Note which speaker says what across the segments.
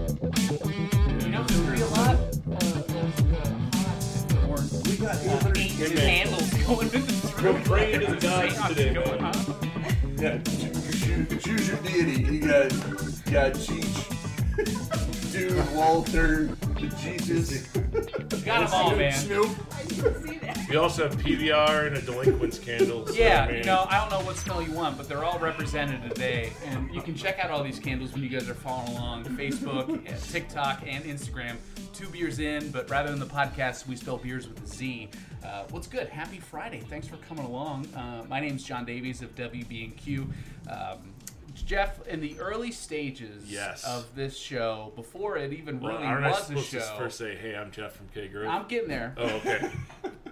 Speaker 1: You know who real lot uh, those uh, hot horns.
Speaker 2: We got
Speaker 1: Uh,
Speaker 2: 800
Speaker 1: eight
Speaker 2: yeah,
Speaker 1: candles going in this room.
Speaker 3: We're praying to the gods
Speaker 1: Seance
Speaker 3: today,
Speaker 1: going
Speaker 3: man.
Speaker 1: on.
Speaker 2: Yeah, choose, choose your deity. You got, you got Cheech, Dude, Walter, the Jesus.
Speaker 1: Got them all, man.
Speaker 2: Snoop.
Speaker 4: I didn't see that.
Speaker 3: We also have PBR and a delinquents candle. so,
Speaker 1: Yeah,
Speaker 3: man,
Speaker 1: you know, I don't know what smell you want, but they're all represented today. And you can check out all these candles when you guys are following along Facebook, uh, TikTok, and Instagram. Two beers in, but rather than the podcast, we spell beers with a Z. Uh, what's good? Happy Friday. Thanks for coming along. Uh, my name's John Davies of WB&Q. Um, Jeff, in the early stages
Speaker 3: Yes.
Speaker 1: of this show, before it even
Speaker 3: Well,
Speaker 1: really
Speaker 3: aren't I
Speaker 1: was a
Speaker 3: supposed to
Speaker 1: show,
Speaker 3: first say, "Hey, I'm Jeff from K Group"?
Speaker 1: I'm getting there
Speaker 3: oh, okay.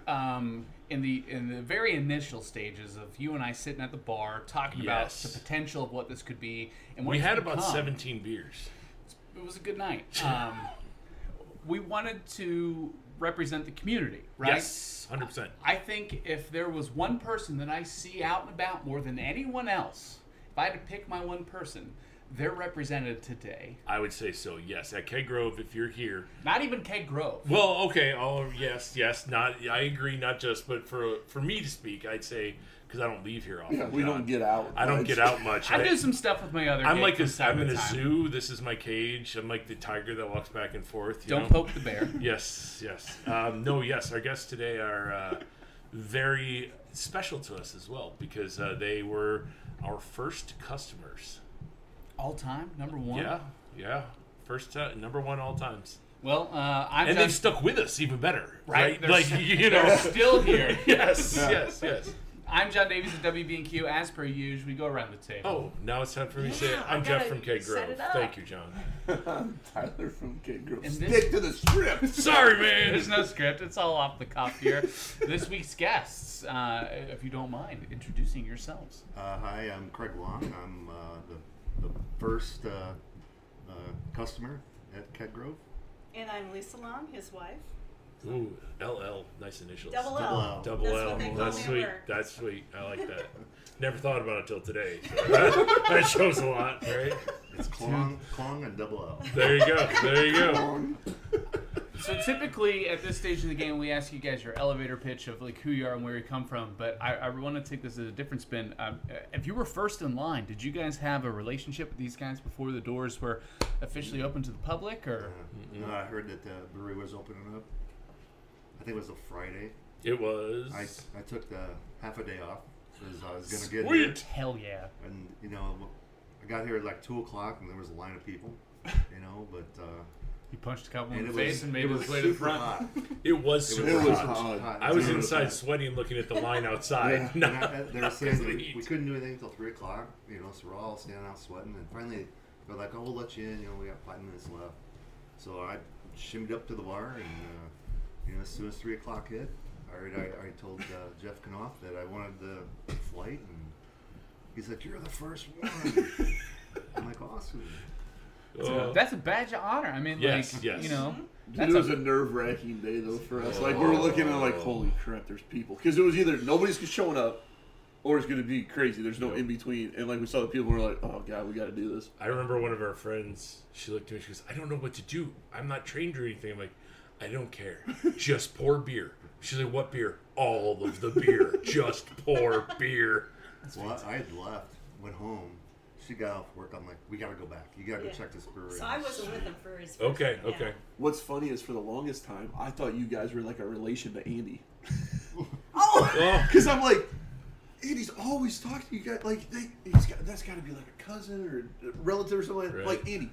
Speaker 1: um, in the in the very initial stages of you and I sitting at the bar talking
Speaker 3: Yes.
Speaker 1: about the potential of what this could be, and what
Speaker 3: we
Speaker 1: it's
Speaker 3: had about
Speaker 1: become.
Speaker 3: 17 beers.
Speaker 1: It was a good night. Um, we wanted to represent the community, right?
Speaker 3: Yes, 100. percent
Speaker 1: I think if there was one person that I see out and about more than anyone else, if I had to pick my one person, they're represented today.
Speaker 3: I would say so. Yes, at K Grove, if you're here.
Speaker 1: Not even Keg Grove.
Speaker 3: Well, okay. Oh, yes, yes. Not. I agree. Not just, but for for me to speak, I'd say because I don't leave here often.
Speaker 2: Yeah, we
Speaker 3: John.
Speaker 2: don't get out.
Speaker 3: I don't
Speaker 2: much.
Speaker 3: get out much.
Speaker 1: I do some stuff with my other.
Speaker 3: I'm
Speaker 1: gig
Speaker 3: like
Speaker 1: from
Speaker 3: this.
Speaker 1: time
Speaker 3: I'm
Speaker 1: to
Speaker 3: in a
Speaker 1: time.
Speaker 3: zoo. This is my cage. I'm like the tiger that walks back and forth. You
Speaker 1: Don't
Speaker 3: know?
Speaker 1: poke the bear.
Speaker 3: Yes, yes. Um, no, yes. Our guests today are uh, very special to us as well because uh, they were our first customers.
Speaker 1: All time number one.
Speaker 3: Yeah, yeah. First ti- number one all times,
Speaker 1: Well, uh, I'm
Speaker 3: and
Speaker 1: John-
Speaker 3: they've stuck with us even better,
Speaker 1: Right,
Speaker 3: right?
Speaker 1: they're
Speaker 3: Like
Speaker 1: s-
Speaker 3: you
Speaker 1: they're
Speaker 3: know.
Speaker 1: still here.
Speaker 3: yes, yes, yes.
Speaker 1: I'm John Davies at WB&Q. As per usual, we go around the table.
Speaker 3: Oh, now it's time for me to say
Speaker 4: Yeah, I
Speaker 3: I'm Jeff
Speaker 4: gotta
Speaker 3: from K
Speaker 4: set
Speaker 3: Grove.
Speaker 4: it up.
Speaker 3: Thank you, John.
Speaker 2: Tyler from K Girl.
Speaker 1: And
Speaker 2: Stick
Speaker 1: this-
Speaker 2: to the script.
Speaker 3: Sorry, man.
Speaker 1: There's no script. It's all off the cuff here. this week's guests, uh, if you don't mind, introducing yourselves.
Speaker 5: Uh, hi, I'm Craig Wong. I'm uh, the, the first uh, uh, customer at Keg Grove.
Speaker 4: And I'm Lisa Long, his wife.
Speaker 3: Ooh, LL, nice initials.
Speaker 4: Double L.
Speaker 5: Double L.
Speaker 3: Double L.
Speaker 4: That's what they call
Speaker 3: That's
Speaker 4: me at
Speaker 3: sweet.
Speaker 4: work.
Speaker 3: That's sweet. I like that. Never thought about it till today. so that, that shows a lot, right?
Speaker 5: It's Klong, Klong and Double L.
Speaker 3: There you go. There you go.
Speaker 1: So typically, at this stage of the game, we ask you guys your elevator pitch of like who you are and where you come from. But I, I want to take this as a different spin. Um, uh, if you were first in line, did you guys have a relationship with these guys before the doors were officially open to the public, or?
Speaker 5: No, Uh, I heard that the brewery was opening up. I think it was a Friday.
Speaker 3: It was.
Speaker 5: I, I took the half a day off because I was gonna get here.
Speaker 3: Sweet.
Speaker 1: Hell yeah.
Speaker 5: And you know, I got here at like two o'clock and there was a line of people. You know, but uh,
Speaker 1: He punched a couple in
Speaker 5: and
Speaker 1: the
Speaker 5: it
Speaker 1: face
Speaker 5: was
Speaker 1: and made
Speaker 5: it
Speaker 1: his
Speaker 5: was
Speaker 1: way to the
Speaker 5: super
Speaker 1: front.
Speaker 5: hot.
Speaker 3: It was super
Speaker 2: It was
Speaker 3: hot.
Speaker 2: hot.
Speaker 3: I was
Speaker 5: It
Speaker 3: inside
Speaker 5: hot.
Speaker 3: sweating, looking at the line outside.
Speaker 5: Yeah, and I- I- they were
Speaker 3: because of
Speaker 5: saying that
Speaker 3: the
Speaker 5: we, we
Speaker 3: heat.
Speaker 5: couldn't do anything till three o'clock. You know, so we're all standing out sweating, and finally they're like, "Oh, we'll let you in." You know, we got five minutes left. So I shimmied up to the bar, and uh, you know, as soon as three o'clock hit, I already, I, already told uh, Jeff Knopf that I wanted the flight, and he's like, "You're the first one." I'm like, "Awesome."
Speaker 3: Oh.
Speaker 1: That's a badge of honor. I mean,
Speaker 3: Yes,
Speaker 1: like,
Speaker 3: yes.
Speaker 1: you know,
Speaker 2: It
Speaker 1: that's
Speaker 2: was
Speaker 1: a,
Speaker 2: a nerve wracking day though for us. Like we were looking at it like, holy crap, there's people. Because it was either nobody's showing up, or it's gonna be crazy. There's no in between. And like we saw the people, we were like, oh god, we got to do this.
Speaker 3: I remember one of our friends. She looked at me. She goes, "I don't know what to do. I'm not trained or anything." I'm like, "I don't care. Just pour beer." She's like, "What beer? All of the beer. Just pour beer."
Speaker 5: Well, I had left, went home. She got off work. I'm like, "We gotta go back. You gotta
Speaker 4: Yeah.
Speaker 5: go check this brewery."
Speaker 4: So
Speaker 5: out."
Speaker 4: I wasn't with him for his. first-
Speaker 3: Okay,
Speaker 4: yeah.
Speaker 3: okay.
Speaker 2: What's funny is for the longest time, I thought you guys were like a relation to Andy.
Speaker 3: Oh.
Speaker 2: oh, because I'm like, Andy's always talking to you guys. Like, they, he's got, that's got to be like a cousin or a relative or something. like-
Speaker 3: Right.
Speaker 2: Like, Andy,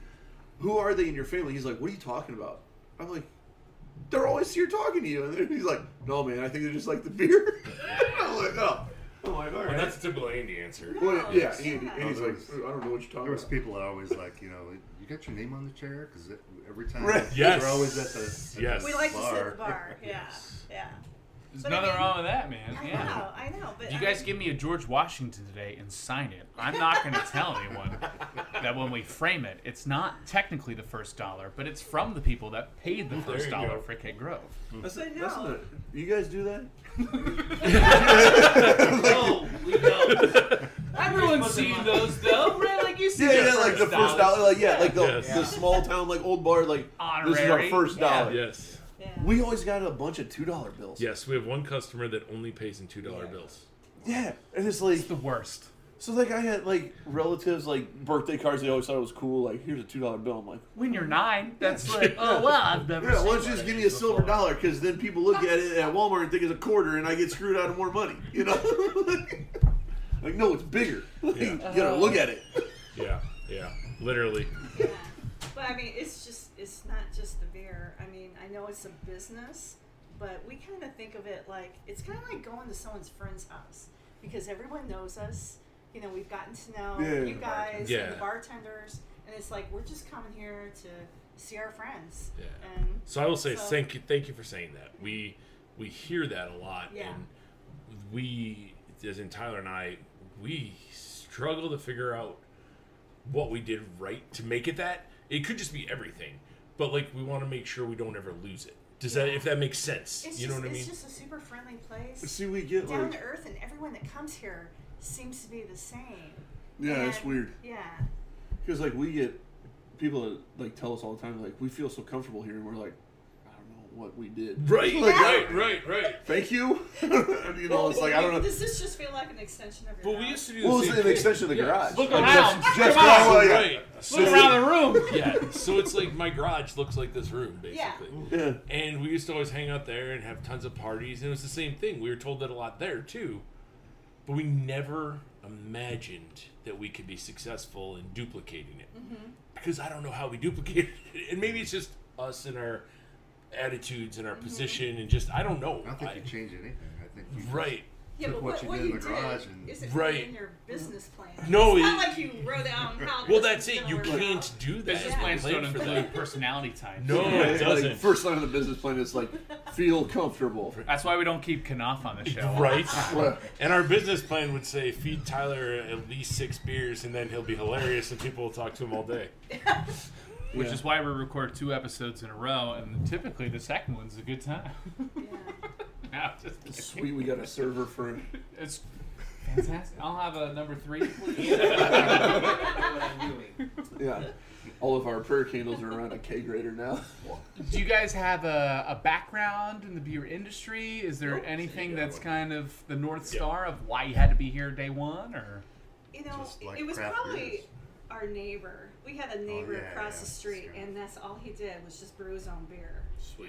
Speaker 2: who are they in your family? He's like, what are you talking about? I'm like, they're always here talking to you. And then he's like, no, man, I think they're just like the beer. I'm like, oh. I'm like, all
Speaker 3: And
Speaker 2: right.
Speaker 3: that's a typical Andy answer.
Speaker 2: Well,
Speaker 4: Oh,
Speaker 2: yeah,
Speaker 4: yeah.
Speaker 2: Andy, Andy's
Speaker 5: Oh,
Speaker 2: like,
Speaker 5: there's-
Speaker 2: I don't know what you're talking
Speaker 5: There was
Speaker 2: about.
Speaker 5: people that always like, you know, you got your name on the chair because every time
Speaker 2: Right.
Speaker 3: Yes.
Speaker 5: we're always at the at
Speaker 3: Yes.
Speaker 5: the
Speaker 4: We like to sit
Speaker 5: bar.
Speaker 4: at the bar. Yeah. Yeah.
Speaker 1: There's
Speaker 4: But I
Speaker 1: nothing
Speaker 4: mean-
Speaker 1: wrong with that, man.
Speaker 4: I
Speaker 1: Yeah.
Speaker 4: know, I know. But
Speaker 1: If you
Speaker 4: I
Speaker 1: guys
Speaker 4: mean,
Speaker 1: give me a George Washington today and sign it, I'm not going to tell anyone that when we frame it, it's not technically the first dollar, but it's from the people that paid the first
Speaker 3: you
Speaker 1: dollar
Speaker 3: go.
Speaker 1: for Kid Grove.
Speaker 2: That's,
Speaker 4: But
Speaker 2: that's
Speaker 4: no.
Speaker 2: not, you guys do that?
Speaker 6: No, we don't.
Speaker 1: Everyone's seen those, though, right? Like you see,
Speaker 2: Yeah,
Speaker 1: their
Speaker 2: yeah, like the first dollar, like yeah, like the,
Speaker 3: Yes.
Speaker 2: the small town, like old bar, like this is our
Speaker 1: Honorary.
Speaker 2: first
Speaker 1: Yeah.
Speaker 2: dollar.
Speaker 3: Yes.
Speaker 4: yeah.
Speaker 2: We always got a bunch of two dollar bills.
Speaker 3: Yes, we have one customer that only pays in two dollar bills.
Speaker 2: yeah, and it's like
Speaker 1: It's the worst.
Speaker 2: so like I had like relatives like birthday cards. They always thought it was cool. Like here's a two dollar bill. I'm like,
Speaker 1: When you're nine, that's like, oh well, I've never.
Speaker 2: yeah,
Speaker 1: seen
Speaker 2: why don't you just give me a silver dollar? Because then people look at it at Walmart and think it's a quarter, and I get screwed out of more money. You know, like no, it's bigger. Like,
Speaker 3: Yeah.
Speaker 2: You gotta look at it.
Speaker 3: Yeah, yeah, literally.
Speaker 4: Yeah. But I mean, it's just it's not just the beer. I mean, I know it's a business, but we kind of think of it like it's kind of like going to someone's friend's house because everyone knows us. You know, we've gotten to know
Speaker 2: Yeah.
Speaker 4: you guys and
Speaker 3: Yeah.
Speaker 4: the bartenders, and it's like we're just coming here to see our friends.
Speaker 3: Yeah.
Speaker 4: And
Speaker 3: So I will say
Speaker 4: So-
Speaker 3: thank you, thank you for saying that. We we hear that a lot,
Speaker 4: Yeah.
Speaker 3: and we, as in Tyler and I, we struggle to figure out what we did right to make it that. It could just be everything, but like we want to make sure we don't ever lose it. Does that if that makes sense?
Speaker 4: it's
Speaker 3: you
Speaker 4: just
Speaker 3: know what I
Speaker 4: it's
Speaker 3: mean?
Speaker 4: just a super friendly place,
Speaker 2: See, we get
Speaker 4: down to
Speaker 2: like
Speaker 4: earth, and everyone that comes here seems to be the same.
Speaker 2: yeah, it's
Speaker 4: And-
Speaker 2: weird.
Speaker 4: Yeah.
Speaker 2: Because like we get people that like tell us all the time, like we feel so comfortable here, and we're like, I don't know what we did.
Speaker 3: right,
Speaker 2: Like,
Speaker 3: right, right, right.
Speaker 2: Thank you. And, you know, it's like I don't know.
Speaker 4: Does this just feel like an extension of your?
Speaker 3: But we
Speaker 4: house?
Speaker 3: used to do the
Speaker 2: Well,
Speaker 3: same
Speaker 2: it's an
Speaker 3: thing.
Speaker 2: extension Oh, of the
Speaker 3: Yeah.
Speaker 2: garage.
Speaker 1: Look
Speaker 2: Like,
Speaker 1: around.
Speaker 2: Just,
Speaker 1: Come
Speaker 2: just
Speaker 1: on.
Speaker 2: go away.
Speaker 3: Right. So
Speaker 1: Look around the room.
Speaker 3: yeah. So it's like my garage looks like this room,
Speaker 4: Yeah.
Speaker 3: basically.
Speaker 2: Yeah.
Speaker 3: And we used to always hang out there and have tons of parties, and it was the same thing. We were told that a lot there too, but we never imagined that we could be successful in duplicating it.
Speaker 4: Mm-hmm.
Speaker 3: Because I don't know how we duplicated it, and maybe it's just us and our attitudes
Speaker 4: Mm-hmm.
Speaker 3: and our position, and just I don't know.
Speaker 5: I don't think
Speaker 3: I-
Speaker 5: you change anything. I think you just-
Speaker 3: right?
Speaker 4: Yeah,
Speaker 5: took
Speaker 4: but
Speaker 5: what
Speaker 4: what,
Speaker 5: you
Speaker 4: what
Speaker 5: did in
Speaker 4: you did
Speaker 5: the garage and-
Speaker 4: isn't
Speaker 3: Right.
Speaker 4: in your business plan.
Speaker 3: No,
Speaker 4: it's not
Speaker 3: it-
Speaker 4: like you wrote out how.
Speaker 3: Well,
Speaker 4: this
Speaker 3: that's
Speaker 4: is
Speaker 3: it.
Speaker 4: gonna
Speaker 3: You
Speaker 4: work out.
Speaker 3: can't do that.
Speaker 1: Business
Speaker 4: Yeah.
Speaker 1: plans
Speaker 3: Plan
Speaker 1: don't
Speaker 3: for that.
Speaker 1: include personality types.
Speaker 3: No, it
Speaker 2: Yeah, like,
Speaker 3: doesn't.
Speaker 2: first line of the business plan is like feel comfortable.
Speaker 1: That's why we don't keep Knopf on the show.
Speaker 3: Right.
Speaker 2: Well,
Speaker 3: And our business plan would say feed Tyler at least six beers, and then he'll be hilarious, and people will talk to him all day.
Speaker 1: Which
Speaker 2: Yeah.
Speaker 1: is why we record two episodes in a row, and typically the second one's a good time.
Speaker 4: Yeah.
Speaker 1: No, I'm just kidding.
Speaker 2: Sweet, we got a server for.
Speaker 1: It's fantastic. I'll have a number three. please.
Speaker 2: Yeah, all of our prayer candles are around a K grader now.
Speaker 1: Do you guys have a, a background in the beer industry? Is there
Speaker 3: Nope.
Speaker 1: anything
Speaker 3: Yeah,
Speaker 1: that's
Speaker 3: what-
Speaker 1: kind of the north
Speaker 3: Yeah.
Speaker 1: star of why you had to be here day one, or
Speaker 4: You know,
Speaker 5: Just
Speaker 4: it-
Speaker 5: like
Speaker 4: it was
Speaker 5: craft
Speaker 4: probably
Speaker 5: beers.
Speaker 4: our neighbor. We had a neighbor
Speaker 5: yeah,
Speaker 4: across
Speaker 5: yeah,
Speaker 4: the street,
Speaker 5: sure.
Speaker 4: and that's all he did was just brew his own beer.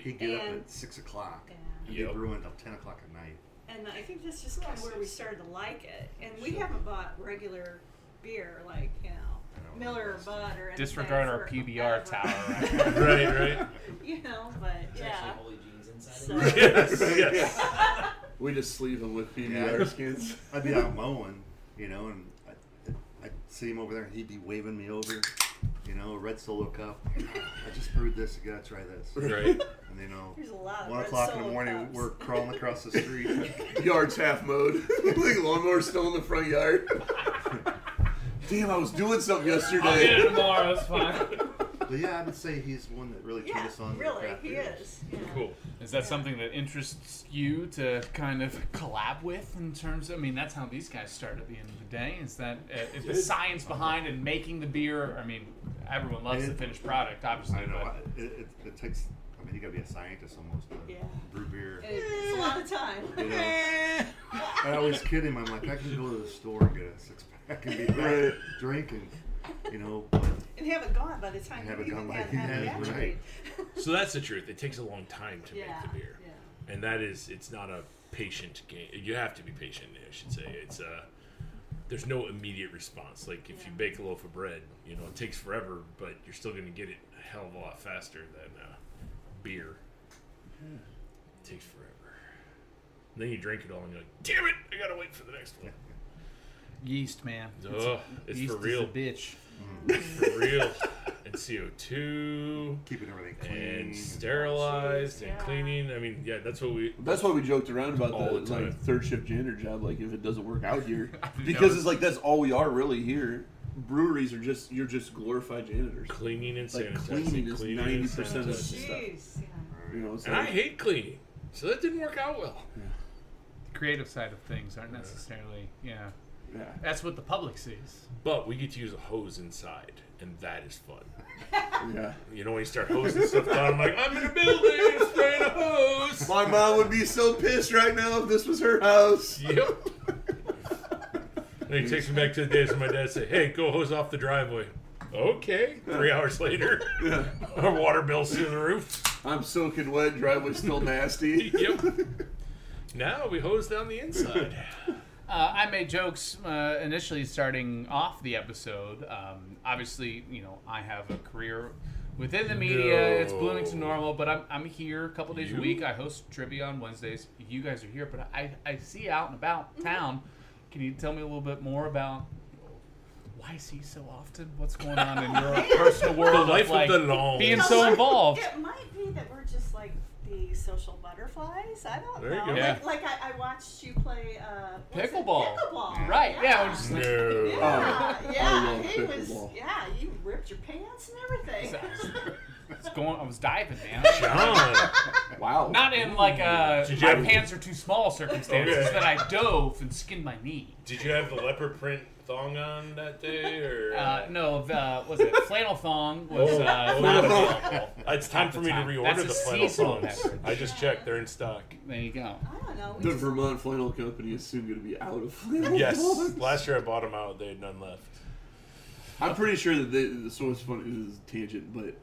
Speaker 5: He'd get up
Speaker 4: And-
Speaker 5: at six o'clock
Speaker 4: Yeah.
Speaker 5: and
Speaker 3: Yep.
Speaker 5: be brewing till ten o'clock at night.
Speaker 4: And I think that's just kind of where we started to like it. And we haven't bought regular beer like you know
Speaker 5: don't
Speaker 4: Miller or
Speaker 5: know.
Speaker 4: Bud or anything
Speaker 1: disregard our
Speaker 4: for
Speaker 1: PBR
Speaker 4: forever.
Speaker 1: tower?
Speaker 3: Right, right.
Speaker 4: you know, but
Speaker 6: It's
Speaker 4: yeah.
Speaker 6: actually holy jeans inside
Speaker 4: So-
Speaker 6: of it.
Speaker 3: Yes, yes.
Speaker 2: We just sleeve them with
Speaker 5: Yeah.
Speaker 2: PBR skins.
Speaker 5: I'd be out mowing, you know, and I'd, I'd see him over there, and he'd be waving me over, you know, a red solo cup. I just brewed this. You gotta try this.
Speaker 3: Right.
Speaker 5: And you know,
Speaker 4: There's a lot of
Speaker 5: one
Speaker 4: red
Speaker 5: o'clock in the
Speaker 4: Solo
Speaker 5: morning,
Speaker 4: cups.
Speaker 5: we're crawling across the street.
Speaker 2: Yards half mode. like lawnmower still in the front yard. Damn, I was doing something
Speaker 1: I'll get it
Speaker 3: Oh,
Speaker 2: yesterday.
Speaker 1: tomorrow. That's fine.
Speaker 5: But yeah, I would say he's one that really turned
Speaker 4: Yeah,
Speaker 5: us on to the
Speaker 4: really,
Speaker 5: craft
Speaker 4: he
Speaker 5: beers.
Speaker 4: is. Yeah.
Speaker 3: Cool.
Speaker 1: Is that something that interests you to kind of collab with in terms of? I mean, that's how these guys start at the end of the day. Is that uh, is the
Speaker 3: Yes.
Speaker 1: science behind and making the beer? I mean, everyone loves the
Speaker 5: It-
Speaker 1: finished product, obviously.
Speaker 5: I know.
Speaker 1: but-
Speaker 5: I, it, it, it takes. I mean, you gotta be a scientist almost to
Speaker 4: Yeah.
Speaker 5: brew beer.
Speaker 4: And It's a lot of time.
Speaker 5: You know, I always kid him. I'm like, I can go to the store and get a six pack and be back
Speaker 2: Right.
Speaker 5: drinking. You know, but
Speaker 4: and have it gone by the time
Speaker 5: And
Speaker 4: you
Speaker 5: have it
Speaker 4: even
Speaker 5: gone by
Speaker 4: had
Speaker 5: the
Speaker 4: had the
Speaker 5: end,
Speaker 4: actual-
Speaker 5: right.
Speaker 3: So that's the truth. It takes a long time to
Speaker 4: Yeah.
Speaker 3: make the beer,
Speaker 4: yeah.
Speaker 3: and that is it's not a patient game. You have to be patient. I should say it's uh There's no immediate response. Like if you
Speaker 4: Yeah.
Speaker 3: bake a loaf of bread, you know it takes forever, but you're still going to get it a hell of a lot faster than uh, beer. It takes forever. And then you drink it all, and you're like, "Damn it! I gotta wait for the next one."
Speaker 1: Yeast, man.
Speaker 3: Ugh, it's
Speaker 1: Yeast
Speaker 3: for
Speaker 1: is
Speaker 3: real.
Speaker 1: a bitch.
Speaker 3: For real. and CO2
Speaker 5: Keeping everything clean.
Speaker 3: and sterilized and
Speaker 4: Yeah.
Speaker 3: cleaning. I mean, yeah, that's what we.
Speaker 2: That's why we joked around about
Speaker 3: All
Speaker 2: the,
Speaker 3: the time.
Speaker 2: like third shift janitor job. Like if it doesn't work out here,
Speaker 1: know.
Speaker 2: because it's like that's all we are really here. Breweries are just you're just glorified janitors.
Speaker 3: Cleaning and
Speaker 2: Like,
Speaker 3: sanitizing.
Speaker 2: cleaning is
Speaker 3: and
Speaker 2: 90% of
Speaker 3: sanitizing.
Speaker 2: it.
Speaker 4: Jeez. Yeah.
Speaker 2: You know, it's
Speaker 3: And I
Speaker 2: like,
Speaker 3: hate cleaning, so that didn't work out well.
Speaker 1: The creative side of things aren't necessarily, yeah.
Speaker 2: yeah.
Speaker 1: That's what the public sees.
Speaker 3: But we get to use a hose inside, and that is fun.
Speaker 2: yeah.
Speaker 3: You know, when you start hosing stuff down, I'm like, I'm in a building, spraying a hose.
Speaker 2: My mom would be so pissed right now if this was her house.
Speaker 3: Yep. And he takes me back to the days when my dad said, "Hey, go hose off the driveway." Okay. Three hours later, our water bill's through the roof.
Speaker 2: I'm soaking wet. Driveway's still nasty.
Speaker 3: Yep. Now we hose down the inside.
Speaker 1: Uh, I made jokes uh, initially starting off the episode. Um, obviously, you know, I have a career within the media. It's
Speaker 3: No.
Speaker 1: Bloomington normal, but I'm, I'm here a couple days
Speaker 3: You?
Speaker 1: a week. I host trivia on Wednesdays. You guys are here, but I, I see you out and about town. Can you tell me a little bit more about why is he so often? What's going on in your personal world?
Speaker 3: life of
Speaker 1: like,
Speaker 3: the lawn.
Speaker 1: Being
Speaker 4: Well,
Speaker 1: so
Speaker 4: it-
Speaker 1: involved.
Speaker 4: It might be that we're just like the social butterflies. I don't
Speaker 3: There you
Speaker 4: know.
Speaker 3: go.
Speaker 1: Yeah.
Speaker 4: Like, like I, I watched you play uh, what's it?
Speaker 1: Pickleball.
Speaker 4: Pickleball.
Speaker 1: Right, yeah, we're just-
Speaker 3: No.
Speaker 4: Yeah,
Speaker 2: Oh. I
Speaker 4: yeah,
Speaker 2: love
Speaker 4: he was.
Speaker 2: pickleball.
Speaker 4: Yeah, you ripped your pants and everything.
Speaker 1: It's going, I was diving, man.
Speaker 3: John.
Speaker 2: Wow.
Speaker 1: Not in like a
Speaker 3: Did you
Speaker 1: my
Speaker 3: have-
Speaker 1: pants are too small circumstances
Speaker 3: Okay.
Speaker 1: that I dove and skinned my knee.
Speaker 3: Did you have the leopard print thong on that day, or
Speaker 1: Uh, no, the was it flannel thong was
Speaker 3: Oh,
Speaker 1: uh,
Speaker 3: oh,
Speaker 1: not
Speaker 3: oh.
Speaker 1: available.
Speaker 3: it's time for me
Speaker 1: time.
Speaker 3: to reorder
Speaker 1: That's a
Speaker 3: the flannel
Speaker 1: seasonal
Speaker 3: thongs?
Speaker 1: beverage.
Speaker 3: I just checked; they're in stock.
Speaker 1: There you go.
Speaker 4: I don't know. we
Speaker 2: The
Speaker 4: just-
Speaker 2: Vermont Flannel Company is soon going to be out of flannel.
Speaker 3: Yes,
Speaker 2: bonds.
Speaker 3: last year I bought them out; they had none left.
Speaker 2: I'm pretty sure that they, so it's funny. This is a tangent, but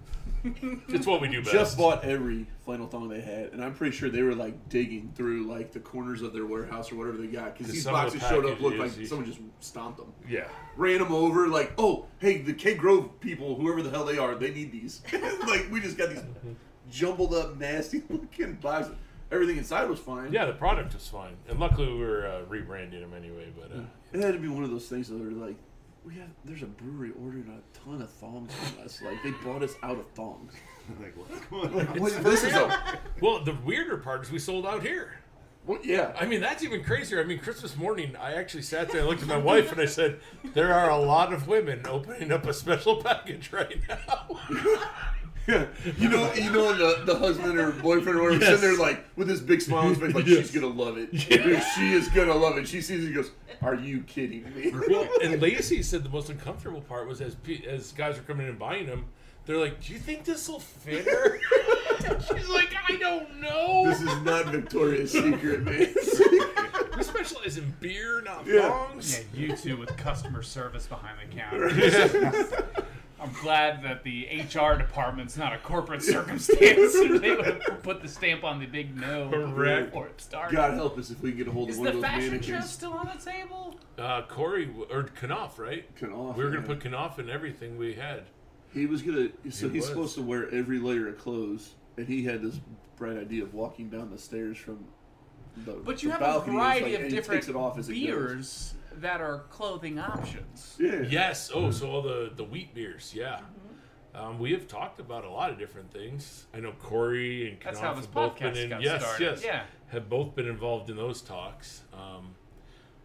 Speaker 3: It's what we do best.
Speaker 2: just bought every flannel thong they had, and I'm pretty sure they were like digging through like the corners of their warehouse or whatever they got because
Speaker 3: 'Cause
Speaker 2: these
Speaker 3: some of the
Speaker 2: boxes showed up looked
Speaker 3: packages-
Speaker 2: like someone just stomped them,
Speaker 3: yeah.
Speaker 2: ran them over. Like, oh, hey, the K Grove people, whoever the hell they are, they need these. like, we just got these jumbled up, nasty looking boxes. Everything inside was fine.
Speaker 3: Yeah, the product was fine, and luckily we were uh, rebranding them anyway. But uh,
Speaker 2: It had to be one of those things that are like, we have there's a brewery ordering a ton of thongs from us. Like they bought us out of thongs.
Speaker 5: like, what's going on?
Speaker 2: Wait, this is a
Speaker 3: well, the weirder part is we sold out here.
Speaker 2: what, yeah.
Speaker 3: I mean, that's even crazier. I mean, Christmas morning, I actually sat there, and looked at my wife, and I said, "There are a lot of women opening up a special package right now."
Speaker 2: you know, you know, and the, the husband or boyfriend or whatever
Speaker 3: Yes.
Speaker 2: sitting there like with this big smile on his face, like
Speaker 3: Yes.
Speaker 2: she's gonna love it. Dude, she is gonna love it. She sees it, and goes, "Are you kidding me?"
Speaker 3: Well, and Lacey said the most uncomfortable part was as pe- as guys were coming in and buying them, they're like, "Do you think this will fit her?" She's like, "I don't know.
Speaker 2: this is not Victoria's Secret, man.
Speaker 3: we specialize in beer, not
Speaker 2: Yeah.
Speaker 1: Yeah,
Speaker 3: thongs."
Speaker 1: you two with customer service behind the counter. I'm glad that the HR department's not a corporate circumstance. or they would have put the stamp on the big no
Speaker 3: Correct.
Speaker 1: before it started.
Speaker 2: God help us if we can get a hold
Speaker 1: Is
Speaker 2: of one
Speaker 1: the
Speaker 2: of those
Speaker 1: fashion show
Speaker 2: mannequins.
Speaker 1: still on the table?
Speaker 3: Uh, Corey w- or Knopf, right?
Speaker 2: Cut off,
Speaker 3: We were gonna
Speaker 2: man.
Speaker 3: put Knopf in everything we had.
Speaker 2: He was gonna. So
Speaker 3: He
Speaker 2: he's
Speaker 3: was.
Speaker 2: supposed to wear every layer of clothes, and he had this bright idea of walking down the stairs from the.
Speaker 1: But you
Speaker 2: the
Speaker 1: have a
Speaker 2: balcony, and it's
Speaker 1: variety
Speaker 2: like,
Speaker 1: of
Speaker 2: and he
Speaker 1: different
Speaker 2: takes it off as it goes.
Speaker 1: beers that are clothing options.
Speaker 2: Yeah. Mm-hmm.
Speaker 3: Yes. Oh, so all the the wheat beers, yeah.
Speaker 1: Mm-hmm.
Speaker 3: Um, we have talked about a lot of different things. I know Corey and Knopf
Speaker 1: That's how this
Speaker 3: have both been
Speaker 1: podcast
Speaker 3: in.
Speaker 1: got
Speaker 3: yes,
Speaker 1: started.
Speaker 3: yes.
Speaker 1: Yeah.
Speaker 3: Have both been involved in those talks. Um,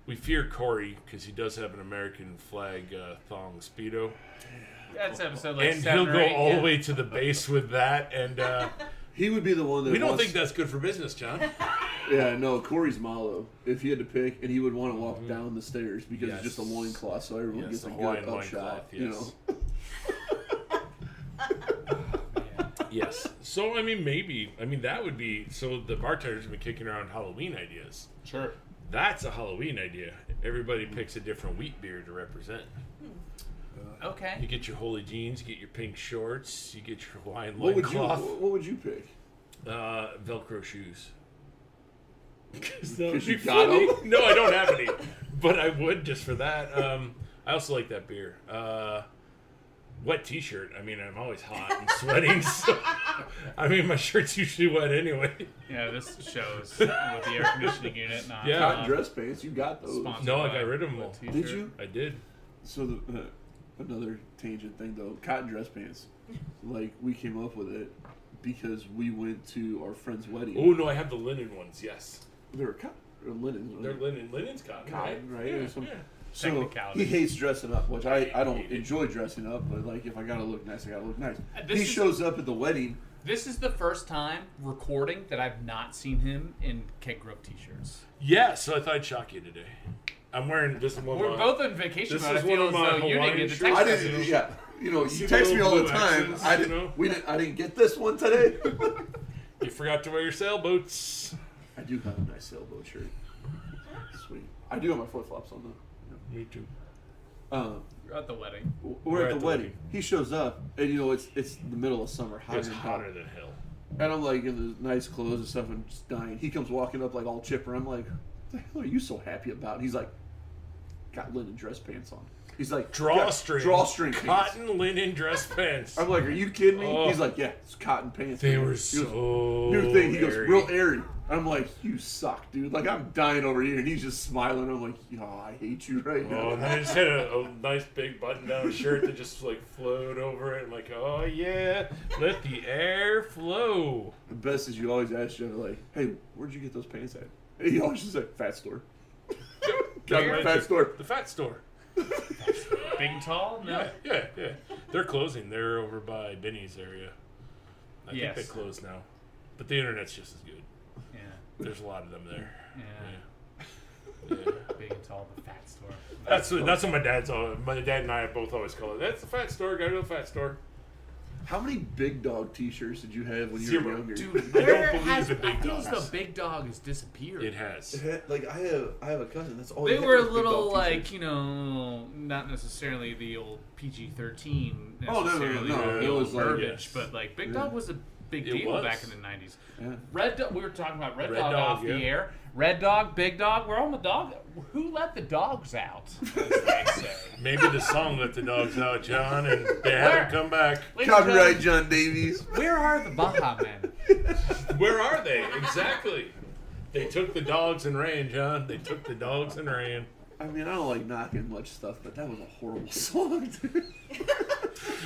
Speaker 3: we fear Corey because he does have an American flag uh, thong speedo,
Speaker 1: That's episode like
Speaker 3: and
Speaker 1: seven
Speaker 3: he'll
Speaker 1: or
Speaker 3: go
Speaker 1: eight,
Speaker 3: all
Speaker 1: yeah.
Speaker 3: the way to the base with that. And uh,
Speaker 2: He would be the one that.
Speaker 3: we don't
Speaker 2: wants-
Speaker 3: think that's good for business, John.
Speaker 2: Yeah, no, Corey's Malo. If he had to pick, and he would want to walk down the stairs because
Speaker 3: Mm-hmm. Yes.
Speaker 2: it's just a loincloth, so everyone
Speaker 3: Yes,
Speaker 2: gets
Speaker 3: the
Speaker 2: a
Speaker 3: Hawaiian
Speaker 2: good
Speaker 3: loincloth,
Speaker 2: upshot. You
Speaker 3: yes.
Speaker 2: know,
Speaker 3: yes. So I mean, maybe I mean that would be. So the bartenders have been kicking around Halloween ideas.
Speaker 1: Sure.
Speaker 3: That's a Halloween idea. Everybody picks a different wheat beer to represent. You
Speaker 1: Okay.
Speaker 3: get your holy jeans, you get your pink shorts, you get your Hawaiian
Speaker 2: what would you?
Speaker 3: loincloth,
Speaker 2: What what would you pick?
Speaker 3: uh, Velcro shoes. Because that would
Speaker 2: 'Cause you
Speaker 3: be
Speaker 2: got
Speaker 3: funny.
Speaker 2: 'em?
Speaker 3: No, I don't have any, but I would just for that. Um, I also like that beer. Uh, wet T-shirt. I mean, I'm always hot and sweating, so I mean, my shirt's usually wet anyway.
Speaker 1: Yeah, this shows with the air conditioning unit. Not,
Speaker 3: Yeah.
Speaker 2: Cotton
Speaker 1: uh,
Speaker 2: dress pants. You got those.
Speaker 1: sponsored
Speaker 3: No, I
Speaker 1: by
Speaker 3: got rid of 'em
Speaker 1: a
Speaker 3: all.
Speaker 1: t-shirt.
Speaker 2: Did you?
Speaker 3: I did.
Speaker 2: So the. Uh, another tangent thing though. Cotton dress pants. Like we came up with it because we went to our friend's wedding.
Speaker 3: Oh no, I have the linen ones. Yes,
Speaker 2: They were cotton or linens. right?
Speaker 3: they're linen. Linen's cotton,
Speaker 2: Cotton,
Speaker 3: right?
Speaker 2: right? Or
Speaker 3: Yeah,
Speaker 2: some-
Speaker 3: yeah.
Speaker 2: So he
Speaker 7: Technicalities.
Speaker 2: hates dressing up, which I, I don't
Speaker 3: Hate it.
Speaker 2: enjoy dressing up, but like if I gotta look nice, I gotta look nice.
Speaker 1: Uh, this
Speaker 2: He
Speaker 1: is-
Speaker 2: shows up at the wedding.
Speaker 1: This is the first time recording that I've not seen him in Keg Grove t-shirts.
Speaker 3: Yeah, so I thought I'd shock you today. I'm wearing this one.
Speaker 1: We're
Speaker 3: on-
Speaker 1: both on vacation
Speaker 3: Oh, this
Speaker 1: mode. I
Speaker 3: is one
Speaker 1: feel
Speaker 3: of
Speaker 1: as
Speaker 3: my
Speaker 1: though you didn't
Speaker 3: Hawaiian
Speaker 1: get the
Speaker 3: shirts.
Speaker 1: text
Speaker 2: I
Speaker 1: message.
Speaker 2: didn't. Yeah, you know,
Speaker 3: See
Speaker 2: you
Speaker 3: the
Speaker 2: text me all
Speaker 3: little
Speaker 2: the
Speaker 3: blue
Speaker 2: time.
Speaker 3: accents,
Speaker 2: I
Speaker 3: you
Speaker 2: didn't.
Speaker 3: know?
Speaker 2: We didn't. I didn't get this one today.
Speaker 3: You forgot to wear your sailboats.
Speaker 2: I do have a nice sailboat shirt. Sweet. I do have my flip flops on though.
Speaker 3: Me too.
Speaker 2: Um,
Speaker 1: You're at the wedding.
Speaker 2: we're, at, the, wedding. He shows up, and you know it's it's the middle of summer, hot
Speaker 3: It's
Speaker 2: as
Speaker 3: hotter
Speaker 2: hell.
Speaker 3: than hell.
Speaker 2: And I'm like in the nice clothes and stuff, and just dying. He comes walking up like all chipper. I'm like, "What the hell are you so happy about?" he's like, "Got linen dress pants on." He's like,
Speaker 3: Drawstring,
Speaker 2: "Got drawstring pants."
Speaker 3: cotton linen dress pants.
Speaker 2: I'm like, "Are you kidding me?"
Speaker 3: Oh.
Speaker 2: He's like, "Yeah, it's cotton pants."
Speaker 3: They
Speaker 2: man." He
Speaker 3: were
Speaker 2: goes,
Speaker 3: so
Speaker 2: new thing. He goes
Speaker 3: airy.
Speaker 2: real airy. I'm like, you suck, dude. Like I'm dying over here, and he's just smiling. I'm like, yo, I hate you right
Speaker 3: Oh, and
Speaker 2: now.
Speaker 3: I just had a, a nice big button-down shirt that just like flowed over it. I'm like, oh yeah, let the air flow.
Speaker 2: The best is you always ask Jeff, like, hey, where'd you get those pants at? And he always just like, fat store. Got
Speaker 3: Where?
Speaker 2: the fat store.
Speaker 3: The fat store.
Speaker 7: Big and tall? No.
Speaker 3: Yeah, yeah, yeah. They're closing. They're over by Benny's area. I
Speaker 1: Yes.
Speaker 3: think they closed now, but the internet's just as good.
Speaker 1: Yeah.
Speaker 3: There's a lot of them there.
Speaker 1: Yeah.
Speaker 3: Yeah. yeah.
Speaker 1: Big and tall, the fat store.
Speaker 3: That's what, that's what my dad's. al- My dad and I both always call it. That's the fat store. Go to the fat store.
Speaker 2: How many big dog T-shirts did you have when you were
Speaker 3: Zero.
Speaker 2: younger?
Speaker 1: Dude,
Speaker 3: I don't
Speaker 1: where
Speaker 3: believe
Speaker 1: has,
Speaker 3: the big
Speaker 1: I feel as
Speaker 3: dogs.
Speaker 1: the big dog has disappeared.
Speaker 3: It has.
Speaker 2: Like I have, I have a cousin. That's all.
Speaker 1: They were a little like you know, not necessarily the old PG thirteen
Speaker 2: Oh, no, no, no,
Speaker 1: necessarily,
Speaker 2: no.
Speaker 1: or
Speaker 2: It
Speaker 1: the old
Speaker 2: was like-
Speaker 1: verbiage,
Speaker 3: Yes.
Speaker 1: but like Big
Speaker 2: Yeah.
Speaker 1: Dog was a big
Speaker 3: It
Speaker 1: deal
Speaker 3: was.
Speaker 1: back in the nineties.
Speaker 2: Yeah.
Speaker 1: Red Dog, we were talking about Red,
Speaker 3: Red
Speaker 1: Dog,
Speaker 3: Dog,
Speaker 1: off the
Speaker 3: yeah.
Speaker 1: air. Red Dog, Big Dog, we're on the dog. Who let the dogs out? as they say?
Speaker 3: Maybe the song let the dogs out, John, and they haven't come back.
Speaker 1: Ladies and gentlemen,
Speaker 2: Copyright John Davies.
Speaker 1: Where are the Baja Men?
Speaker 3: Where are they exactly? They took the dogs and ran, John. They took the dogs and ran.
Speaker 2: I mean, I don't like knocking much stuff, but that was a horrible song. Dude.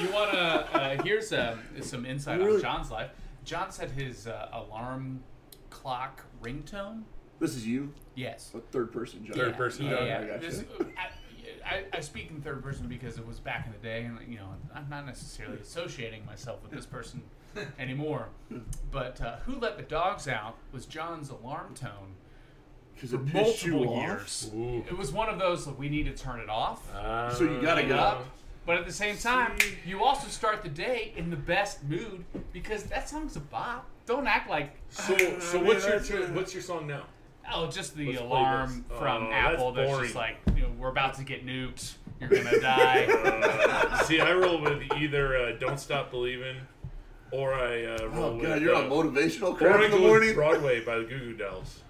Speaker 1: You wanna? Uh, here's um, some insight on
Speaker 2: Really?
Speaker 1: John's life. John said his uh, alarm clock ringtone.
Speaker 2: This is you,
Speaker 1: Yes.
Speaker 2: a third person John.
Speaker 3: Third person,
Speaker 1: Yeah,
Speaker 3: Okay,
Speaker 1: yeah.
Speaker 2: I gotcha.
Speaker 1: This- I, I, I speak in third person because it was back in the day, and you know, I'm not necessarily associating myself with this person anymore. But uh, "Who Let the Dogs Out" was John's alarm tone
Speaker 2: because
Speaker 1: for
Speaker 2: it pissed you
Speaker 1: multiple
Speaker 2: off.
Speaker 1: years.
Speaker 3: Ooh. Uh,
Speaker 1: It was one of those that we need to turn it off,
Speaker 2: So you gotta
Speaker 1: hang it
Speaker 2: get
Speaker 1: up. But at the same time, you also start the day in the best mood because that song's a bop. Don't act like
Speaker 3: So, so
Speaker 2: man,
Speaker 3: what's your
Speaker 2: that's
Speaker 3: tune-
Speaker 2: a-
Speaker 3: what's your song now?
Speaker 1: Oh, just the
Speaker 3: Let's play
Speaker 1: alarm
Speaker 3: this.
Speaker 1: from
Speaker 3: Oh, that's
Speaker 1: Apple that's, just
Speaker 3: boring.
Speaker 1: like, you know, we're about to get nuked. You're gonna die.
Speaker 3: Uh, see, I roll with either uh, "Don't Stop Believing" or I uh, roll
Speaker 2: Oh
Speaker 3: with.
Speaker 2: god, you're
Speaker 3: uh,
Speaker 2: on motivational
Speaker 3: or
Speaker 2: crap
Speaker 3: I
Speaker 2: in the
Speaker 3: go with
Speaker 2: morning.
Speaker 3: Broadway by the Goo Goo Dolls.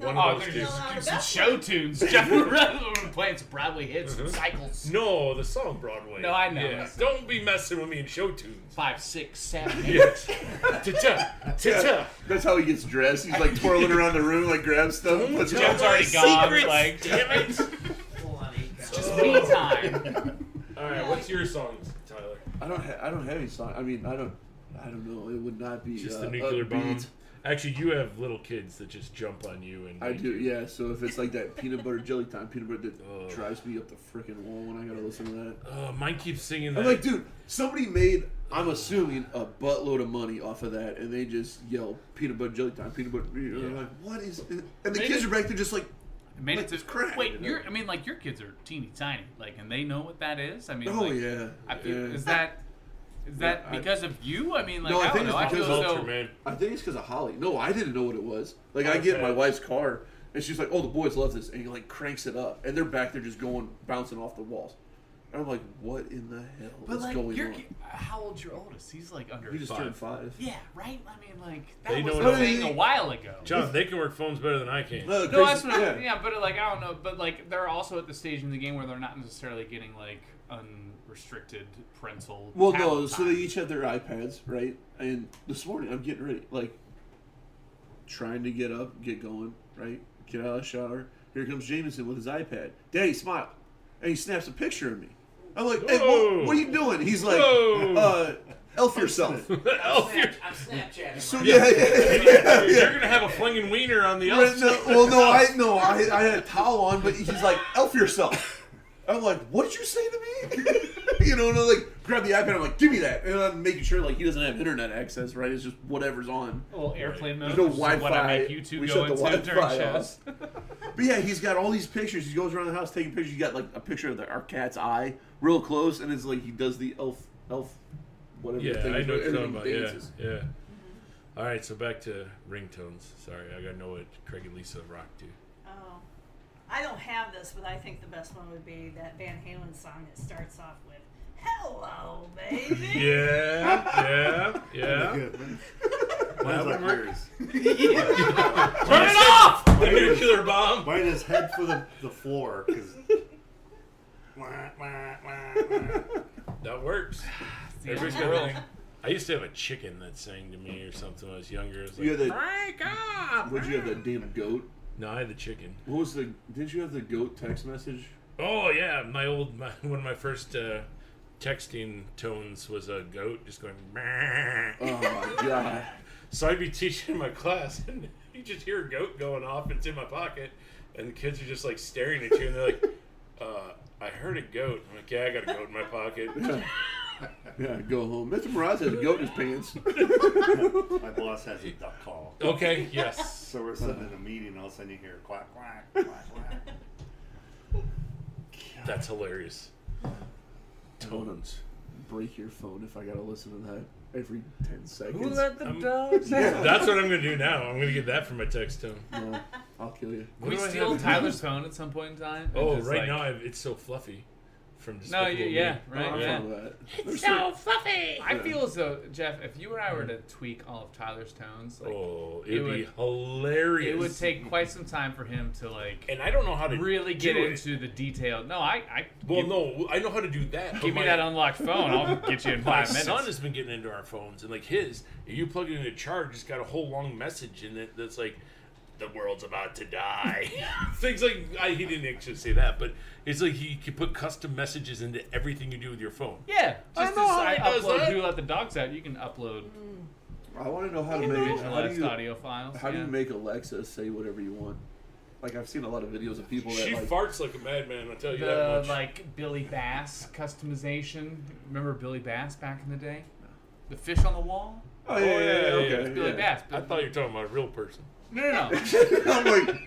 Speaker 4: No,
Speaker 3: One
Speaker 4: no,
Speaker 3: of
Speaker 1: oh,
Speaker 3: those
Speaker 1: they're
Speaker 3: two.
Speaker 1: just
Speaker 4: no,
Speaker 1: doing
Speaker 4: the
Speaker 1: some
Speaker 4: best
Speaker 1: show
Speaker 4: one-
Speaker 1: tunes. Jeff we're playing some Broadway hits
Speaker 2: Mm-hmm.
Speaker 1: and cycles.
Speaker 3: No, the song Broadway.
Speaker 1: No, I know.
Speaker 3: Yeah. Don't be messing with me in show tunes.
Speaker 1: Five, six, seven, eight.
Speaker 3: Yes. Ta-ta. Ta-ta.
Speaker 2: That's how he gets dressed. He's like twirling around the room, like grabs stuff, and puts it
Speaker 1: Jeff's
Speaker 2: on.
Speaker 1: already gone. Like,
Speaker 3: Damn it.
Speaker 6: Bloody
Speaker 1: just me time.
Speaker 3: All right, what's your songs, Tyler?
Speaker 2: I don't. Ha- I don't have any song. I mean, I don't. I don't know. It would not be
Speaker 3: Just
Speaker 2: uh,
Speaker 3: the nuclear bomb.
Speaker 2: upbeat.
Speaker 3: Actually, you have little kids that just jump on you and
Speaker 2: I
Speaker 3: make
Speaker 2: do.
Speaker 3: you-
Speaker 2: Yeah. So if it's like that peanut butter jelly time, peanut butter that
Speaker 3: Ugh.
Speaker 2: drives me up the freaking wall when I gotta listen to that.
Speaker 3: Oh, mine keeps singing that.
Speaker 2: I'm like, dude, somebody made. I'm assuming a buttload of money off of that, and they just yell peanut butter jelly time, peanut butter. and I'm
Speaker 3: Yeah.
Speaker 2: like, what is? It? And the
Speaker 1: Maybe-
Speaker 2: kids are back there just like,
Speaker 1: I mean,
Speaker 2: Like,
Speaker 1: it's
Speaker 2: crap.
Speaker 1: Wait, you're, I mean, like, your kids are teeny tiny. Like, and they know what that is? I mean,
Speaker 2: oh
Speaker 1: like,
Speaker 2: yeah.
Speaker 1: I feel,
Speaker 2: yeah.
Speaker 1: is that. Is that
Speaker 2: Yeah, I-
Speaker 1: because of you? I mean, like,
Speaker 2: No, I
Speaker 1: I,
Speaker 2: think
Speaker 1: don't know.
Speaker 2: it's
Speaker 1: I feel
Speaker 2: because
Speaker 1: as
Speaker 2: of
Speaker 1: though
Speaker 3: Culture, man.
Speaker 2: I think it's because of Holly. No, I didn't know what it was. Like, I get in my
Speaker 3: Okay.
Speaker 2: wife's car, and she's like, "Oh, the boys love this," and he like cranks it up, and they're back there just going bouncing off the walls. And I'm like, "What in the hell
Speaker 1: But
Speaker 2: is
Speaker 1: like,
Speaker 2: going
Speaker 1: you're,
Speaker 2: on?"
Speaker 1: how old's your oldest? He's like under.
Speaker 2: He just
Speaker 1: five.
Speaker 2: turned five.
Speaker 1: Yeah, right. I mean, like that
Speaker 3: They
Speaker 1: was
Speaker 3: know
Speaker 1: a
Speaker 2: it all.
Speaker 1: thing a while ago.
Speaker 3: John, they can work phones better than I can.
Speaker 2: the
Speaker 1: no,
Speaker 2: crazy-
Speaker 1: that's what. Yeah. yeah, but like I don't know. But like they're also at the stage in the game where they're not necessarily getting like unrestricted parental.
Speaker 2: Well,
Speaker 1: tablet
Speaker 2: no. So they
Speaker 1: time.
Speaker 2: each had their iPads, right? And this morning, I'm getting ready, like trying to get up, get going, right? Get out of the shower. Here comes Jameson with his iPad. Daddy, smile, and he snaps a picture of me. I'm like, hey, what, what are you doing? He's like,
Speaker 3: Whoa.
Speaker 2: uh, elf yourself.
Speaker 3: Oh, you're,
Speaker 6: I'm Snapchatting.
Speaker 2: So
Speaker 6: right
Speaker 2: yeah, yeah, yeah,
Speaker 3: you're
Speaker 2: yeah.
Speaker 3: gonna have a flinging wiener on the
Speaker 2: Right,
Speaker 3: elf.
Speaker 2: no, well, no, I no, I, I had a towel on, but he's like, elf yourself. I'm like, what did you say to me? you know, and I like grab the iPad. I'm like, give me that, and I'm making sure like he doesn't have internet access, right? It's just whatever's on.
Speaker 1: Well, airplane mode.
Speaker 2: There's no
Speaker 1: which is What I
Speaker 2: Wi-Fi.
Speaker 1: make you two
Speaker 2: We
Speaker 1: go
Speaker 2: shut the
Speaker 1: into during
Speaker 2: Wi-Fi
Speaker 1: shows.
Speaker 2: But yeah, he's got all these pictures. He goes around the house taking pictures. You got like a picture of the, our cat's eye, real close, and it's like he does the elf, elf, whatever.
Speaker 3: Yeah,
Speaker 2: the thing
Speaker 3: I
Speaker 2: is,
Speaker 3: know what you're
Speaker 2: and
Speaker 3: talking
Speaker 2: he
Speaker 3: about. Yeah,
Speaker 2: dances.
Speaker 3: yeah. All right, so back to ringtones. Sorry, I gotta know what Craig and Lisa rock to.
Speaker 4: Oh, I don't have this, but I think the best one would be that Van Halen song that starts off with "Hello, baby."
Speaker 3: Yeah, yeah, yeah.
Speaker 5: Good. Mine's like yours.
Speaker 3: Turn it off! The nuclear bomb.
Speaker 5: Mine is head for the, the floor because.
Speaker 3: That works.
Speaker 1: Yeah,
Speaker 3: Everybody's
Speaker 1: it's
Speaker 3: got
Speaker 1: really-
Speaker 3: that. I used to have a chicken that sang to me or something when I was younger. It was
Speaker 2: You
Speaker 3: like,
Speaker 2: had the,
Speaker 3: Crank up!
Speaker 2: would you have that damn goat?
Speaker 3: No, I had the chicken.
Speaker 2: What was the? Did you have the goat text message?
Speaker 3: Oh yeah, my old my, one of my first uh, texting tones was a goat just going. "Meow."
Speaker 2: Oh my god!
Speaker 3: So I'd be teaching my class, and you just hear a goat going off. It's in my pocket, and the kids are just like staring at you, and they're like, uh, "I heard a goat." I'm like, "Yeah, I got a goat in my pocket."
Speaker 2: Yeah, go home. Mr. Mirage has a goat in his pants.
Speaker 5: My boss has a duck call.
Speaker 3: okay, yes.
Speaker 5: So we're sitting in a meeting, all of a sudden you hear quack, quack, quack, quack.
Speaker 3: That's hilarious. Tones.
Speaker 2: Break your phone if I gotta listen to that every ten seconds.
Speaker 3: the I'm-
Speaker 1: dogs
Speaker 3: That's what I'm gonna do now. I'm gonna get that for my text tone.
Speaker 2: No, I'll kill you.
Speaker 3: What
Speaker 1: We
Speaker 3: do I
Speaker 1: steal
Speaker 3: have?
Speaker 1: Tyler's phone at some point in time. and
Speaker 3: Oh,
Speaker 1: just,
Speaker 3: right
Speaker 1: like-
Speaker 3: now I've, it's so fluffy. From
Speaker 1: No,
Speaker 3: Despicable
Speaker 1: you,
Speaker 3: Me.
Speaker 1: yeah,
Speaker 2: No,
Speaker 1: right.
Speaker 2: I'm
Speaker 1: Yeah.
Speaker 2: fine with that. There's
Speaker 3: So fluffy.
Speaker 1: I feel as though Jeff, if you and I were to tweak all of Tyler's tones, like,
Speaker 3: Oh, it'd
Speaker 1: It
Speaker 3: be
Speaker 1: would-
Speaker 3: hilarious.
Speaker 1: it would take quite some time for him to like
Speaker 3: and I don't know how to
Speaker 1: really
Speaker 3: do
Speaker 1: get
Speaker 3: it.
Speaker 1: into the detail. No, I, I
Speaker 3: Well,
Speaker 1: give,
Speaker 3: no, I know how to do that. but
Speaker 1: give me
Speaker 3: my-
Speaker 1: that unlocked phone. I'll get you in
Speaker 3: My
Speaker 1: five
Speaker 3: son
Speaker 1: minutes.
Speaker 3: has been getting into our phones, and like his, if you plug it into charge, it's got a whole long message in it that's like, "The world's about to die." Things like I, he didn't actually say that, but it's like he can put custom messages into everything you do with your phone.
Speaker 1: yeah,
Speaker 3: I
Speaker 1: just
Speaker 3: know how
Speaker 1: decide-
Speaker 3: he does
Speaker 1: upload
Speaker 3: that.
Speaker 1: who let the dogs out. You can upload
Speaker 2: I want to know how to make it. How do
Speaker 1: visualized
Speaker 2: you,
Speaker 1: audio files.
Speaker 2: how do
Speaker 1: yeah.
Speaker 2: you make Alexa say whatever you want? Like I've seen a lot of videos of people
Speaker 3: She
Speaker 2: that like.
Speaker 3: farts like a madman. I tell you that
Speaker 1: the
Speaker 3: much.
Speaker 1: like Billy Bass customization? Remember Billy Bass back in the day? The fish on the wall.
Speaker 2: Oh yeah, yeah, yeah, okay.
Speaker 1: Billy
Speaker 2: yeah.
Speaker 1: Bass.
Speaker 3: I thought you were talking about a real person.
Speaker 1: No, no, no.
Speaker 2: I'm like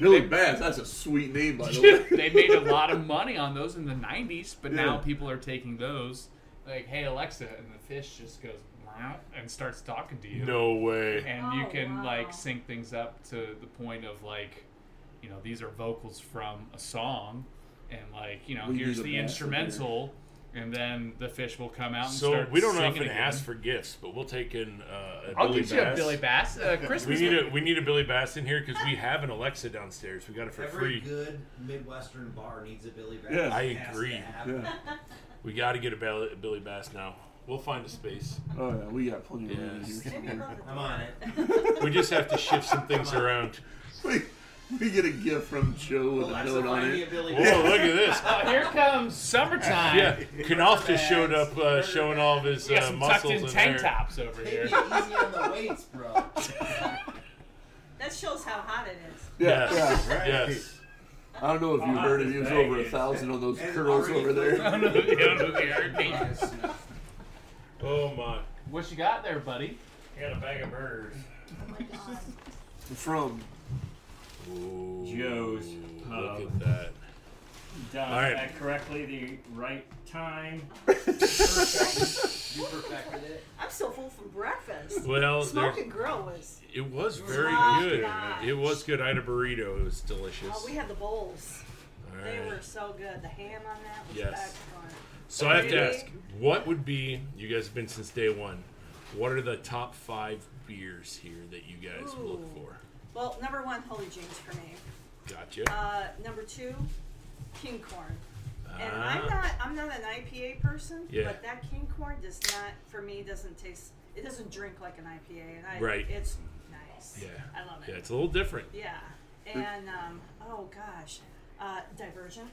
Speaker 2: Billy Bass. That's a sweet name, by the way.
Speaker 1: they made a lot of money on those in the 90s, but now
Speaker 2: Yeah.
Speaker 1: people are taking those, like, hey, Alexa, and the fish just goes "Meow," and starts talking to you.
Speaker 3: No way.
Speaker 1: And you
Speaker 4: Oh,
Speaker 1: can,
Speaker 4: wow.
Speaker 1: like, sync things up to the point of, like, you know, these are vocals from a song, and, like, you know,
Speaker 2: We
Speaker 1: here's
Speaker 2: need a
Speaker 1: the
Speaker 2: master here.
Speaker 1: instrumental, and then the fish will come out and
Speaker 3: So
Speaker 1: start
Speaker 3: we don't
Speaker 1: singing
Speaker 3: often
Speaker 1: again.
Speaker 3: ask for gifts, but we'll take in uh, a
Speaker 1: I'll
Speaker 3: Billy
Speaker 1: get you a
Speaker 3: Bass.
Speaker 1: Billy Bass uh,
Speaker 3: We
Speaker 1: Christmas.
Speaker 3: need a we need a Billy Bass in here because we have an Alexa downstairs. We got it for
Speaker 6: Every
Speaker 3: free.
Speaker 6: good Midwestern bar needs a Billy Bass.
Speaker 2: Yeah.
Speaker 3: I
Speaker 6: It has to
Speaker 3: agree.
Speaker 6: happen.
Speaker 2: Yeah.
Speaker 3: We got to get a Bal- a Billy Bass now. We'll find a space.
Speaker 2: Oh yeah, we got plenty of room in
Speaker 3: Yes.
Speaker 2: here
Speaker 4: Maybe
Speaker 2: somewhere.
Speaker 4: not the
Speaker 6: I'm on it.
Speaker 3: We just have to shift some things around.
Speaker 2: We, we get a gift from Joe with a
Speaker 6: Alexa,
Speaker 2: note on
Speaker 6: find me a
Speaker 2: it.
Speaker 6: Billy
Speaker 3: Whoa,
Speaker 6: Bass.
Speaker 3: look at this.
Speaker 1: Oh, here comes summertime.
Speaker 3: Yeah, Knopf just showed up uh, showing all of his
Speaker 1: We got
Speaker 3: uh,
Speaker 1: some tucked
Speaker 3: muscles
Speaker 1: in
Speaker 3: in
Speaker 1: tank
Speaker 3: there.
Speaker 1: tops over
Speaker 6: Take it
Speaker 1: here.
Speaker 6: easy on the weights, bro.
Speaker 4: That shows how hot it is.
Speaker 2: Yeah,
Speaker 3: Yes.
Speaker 2: yeah.
Speaker 3: Yes.
Speaker 2: I don't know if you heard it. He was over a thousand on those curls over there.
Speaker 3: Oh my.
Speaker 1: What you got there, buddy?
Speaker 3: Got a bag of burgers.
Speaker 2: From
Speaker 8: Joe's
Speaker 3: Look
Speaker 8: Pub.
Speaker 3: at that.
Speaker 8: Done
Speaker 3: All right.
Speaker 8: that correctly the right time.
Speaker 6: You perfected it.
Speaker 4: I'm so full from breakfast.
Speaker 3: Well, there,
Speaker 4: Smoke and grill was. uh,
Speaker 3: it was very
Speaker 4: Oh,
Speaker 3: good.
Speaker 4: gosh.
Speaker 3: It was good. I had a burrito. It was delicious.
Speaker 4: Oh, we had the bowls.
Speaker 3: All
Speaker 4: They
Speaker 3: right.
Speaker 4: were so good. The ham on that was
Speaker 3: Yes.
Speaker 4: excellent.
Speaker 3: So I have to
Speaker 4: Really?
Speaker 3: ask, what would be? You guys have been since day one. What are the top five beers here that you guys look
Speaker 4: Ooh.
Speaker 3: for?
Speaker 4: Well, number one, Holy James for me.
Speaker 3: Gotcha.
Speaker 4: Uh, number two, King Corn. And I'm not I'm not an IPA person,
Speaker 3: Ah. Yeah.
Speaker 4: but that king corn does not for me doesn't taste it doesn't drink like an IPA and I
Speaker 3: Right.
Speaker 4: it's nice.
Speaker 3: yeah.
Speaker 4: I love
Speaker 3: Yeah,
Speaker 4: it.
Speaker 3: it's a little different.
Speaker 4: Yeah. And um, oh gosh. Uh, Divergent.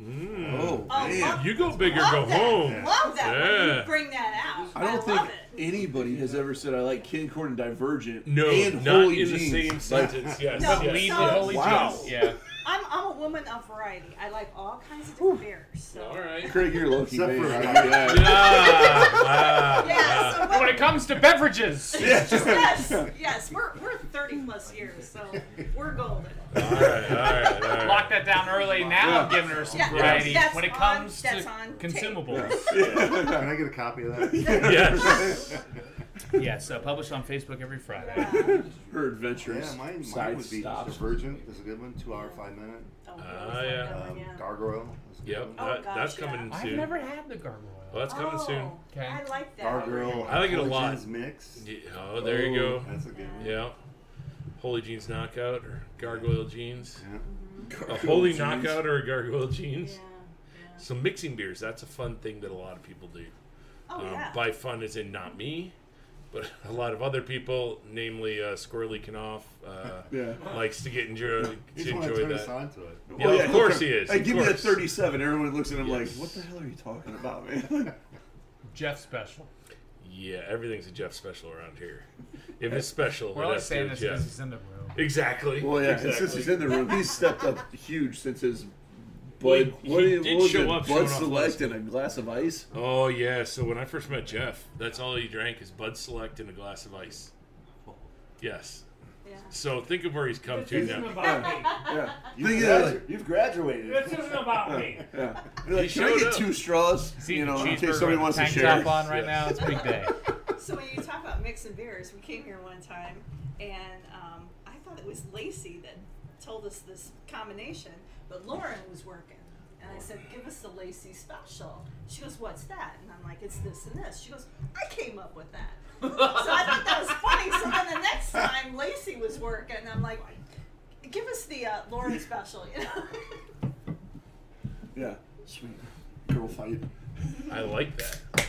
Speaker 3: Mm.
Speaker 2: Oh,
Speaker 4: Oh,
Speaker 2: man.
Speaker 4: fuck.
Speaker 3: You go big or
Speaker 4: Love
Speaker 3: go
Speaker 4: that.
Speaker 3: home.
Speaker 4: Love that. When
Speaker 3: Yeah.
Speaker 4: you bring that out.
Speaker 2: I don't think
Speaker 4: love it.
Speaker 2: anybody has ever said I like King Corn and Divergent.
Speaker 3: No,
Speaker 2: and
Speaker 3: not
Speaker 2: Holy
Speaker 3: in
Speaker 2: Jeans.
Speaker 3: the same
Speaker 2: Like,
Speaker 3: sentence. Yes.
Speaker 4: No,
Speaker 3: yes,
Speaker 4: Lead
Speaker 3: yes.
Speaker 4: with Holy
Speaker 2: Wow.
Speaker 7: Yeah.
Speaker 4: I'm, I'm a woman of variety. I like all kinds of different beers. So.
Speaker 3: All right.
Speaker 2: Craig, you're lucky,
Speaker 5: Except
Speaker 2: man.
Speaker 5: for-
Speaker 2: I mean, yeah.
Speaker 3: Ah, ah.
Speaker 4: Yeah, so
Speaker 7: When it comes to beverages,
Speaker 4: yes, yes, we're, we're 30 plus years, so we're golden.
Speaker 3: All
Speaker 4: Uh,
Speaker 3: right, all right, all right.
Speaker 7: lock that down early. Now I'm giving her some
Speaker 4: Yeah,
Speaker 7: variety.
Speaker 4: that's
Speaker 7: when it
Speaker 4: on-
Speaker 7: comes
Speaker 4: that's
Speaker 7: to
Speaker 4: on tape.
Speaker 7: consumables,
Speaker 5: Can I get a copy of that?
Speaker 3: Yes.
Speaker 7: yes, uh, published on Facebook every Friday.
Speaker 4: Yeah.
Speaker 2: Her adventures.
Speaker 5: yeah, mine, mine
Speaker 2: side
Speaker 5: would be
Speaker 2: stops.
Speaker 5: Divergent is a good one. Two hour, five minute.
Speaker 4: Oh,
Speaker 3: Ah, yeah.
Speaker 5: Um, Gargoyle. is a good
Speaker 3: Yep.
Speaker 5: one.
Speaker 4: Oh,
Speaker 3: that,
Speaker 4: gosh,
Speaker 3: that's
Speaker 4: yeah.
Speaker 3: coming
Speaker 7: I've
Speaker 3: soon.
Speaker 7: never had the gargoyle.
Speaker 3: well, that's coming soon.
Speaker 7: Okay.
Speaker 4: Oh, I like that.
Speaker 5: Gargoyle.
Speaker 3: I like it a lot.
Speaker 5: Origins Mix.
Speaker 3: Yeah, oh, there you
Speaker 2: Oh.
Speaker 3: go.
Speaker 5: That's a good one.
Speaker 3: Yeah. Holy jeans knockout or gargoyle jeans.
Speaker 5: Yeah.
Speaker 3: A holy
Speaker 2: Jeans.
Speaker 3: knockout or a gargoyle
Speaker 4: Yeah.
Speaker 3: jeans.
Speaker 4: yeah.
Speaker 3: So mixing beers, that's a fun thing that a lot of people do.
Speaker 4: Oh,
Speaker 3: um,
Speaker 4: yeah.
Speaker 3: By fun as in not me, but a lot of other people, namely uh, Squirrely Knopf, uh,
Speaker 2: Yeah.
Speaker 3: likes to get enjoy, to
Speaker 5: You just want to
Speaker 3: enjoy
Speaker 5: turn us
Speaker 3: that.
Speaker 5: on to it.
Speaker 3: Yeah, of course he is.
Speaker 2: Hey,
Speaker 3: of
Speaker 2: give me that
Speaker 3: course.
Speaker 2: 37. Everyone looks at him
Speaker 3: Yes.
Speaker 2: like, what the hell are you talking about, man?
Speaker 7: Jeff special.
Speaker 3: Yeah, everything's a Jeff special around here. If it's special,
Speaker 7: We're
Speaker 3: it
Speaker 7: only
Speaker 3: has to
Speaker 7: saying
Speaker 3: be
Speaker 7: this
Speaker 3: Jeff.
Speaker 7: because he's in the room.
Speaker 3: Exactly.
Speaker 2: well, yeah,
Speaker 3: exactly.
Speaker 2: since he's in the room, he's stepped up huge since his.
Speaker 3: Well,
Speaker 2: Bud,
Speaker 3: he-
Speaker 2: what
Speaker 3: he
Speaker 2: what
Speaker 3: did
Speaker 2: was
Speaker 3: show
Speaker 2: it?
Speaker 3: up showing
Speaker 2: Bud
Speaker 3: off
Speaker 2: Select
Speaker 3: last
Speaker 2: and a glass of ice.
Speaker 3: Oh yeah, so when I first met Jeff, that's all he drank is Bud Select and a glass of ice. Yes.
Speaker 4: yeah.
Speaker 3: So think of where he's come
Speaker 8: This
Speaker 3: to
Speaker 8: isn't
Speaker 3: now.
Speaker 8: about me.
Speaker 2: Yeah,
Speaker 5: You've,
Speaker 2: Think of
Speaker 5: gradu-
Speaker 2: that, like-
Speaker 5: you've graduated.
Speaker 8: This isn't about me.
Speaker 2: yeah. You're like,
Speaker 3: He
Speaker 2: Can I
Speaker 3: showed
Speaker 2: get
Speaker 3: up.
Speaker 2: two straws?
Speaker 7: See
Speaker 2: You know, in
Speaker 7: cheeseburger
Speaker 2: case somebody
Speaker 7: with
Speaker 2: wants to
Speaker 7: tank
Speaker 2: share.
Speaker 7: top on right
Speaker 3: Yeah.
Speaker 7: now. It's a big day.
Speaker 4: So when you talk about mixing beers, we came here one time, and um, I thought it was Lacey that told us this combination, but Lauren was working. And I said, give us the Lacey special. She goes, what's that? And I'm like, it's this and this. She goes, I came up with that. so I thought that was funny. So then the next time Lacey was working, I'm like, give us the uh, Lauren special, you know?
Speaker 2: Yeah, sweet girl fight.
Speaker 3: I like that.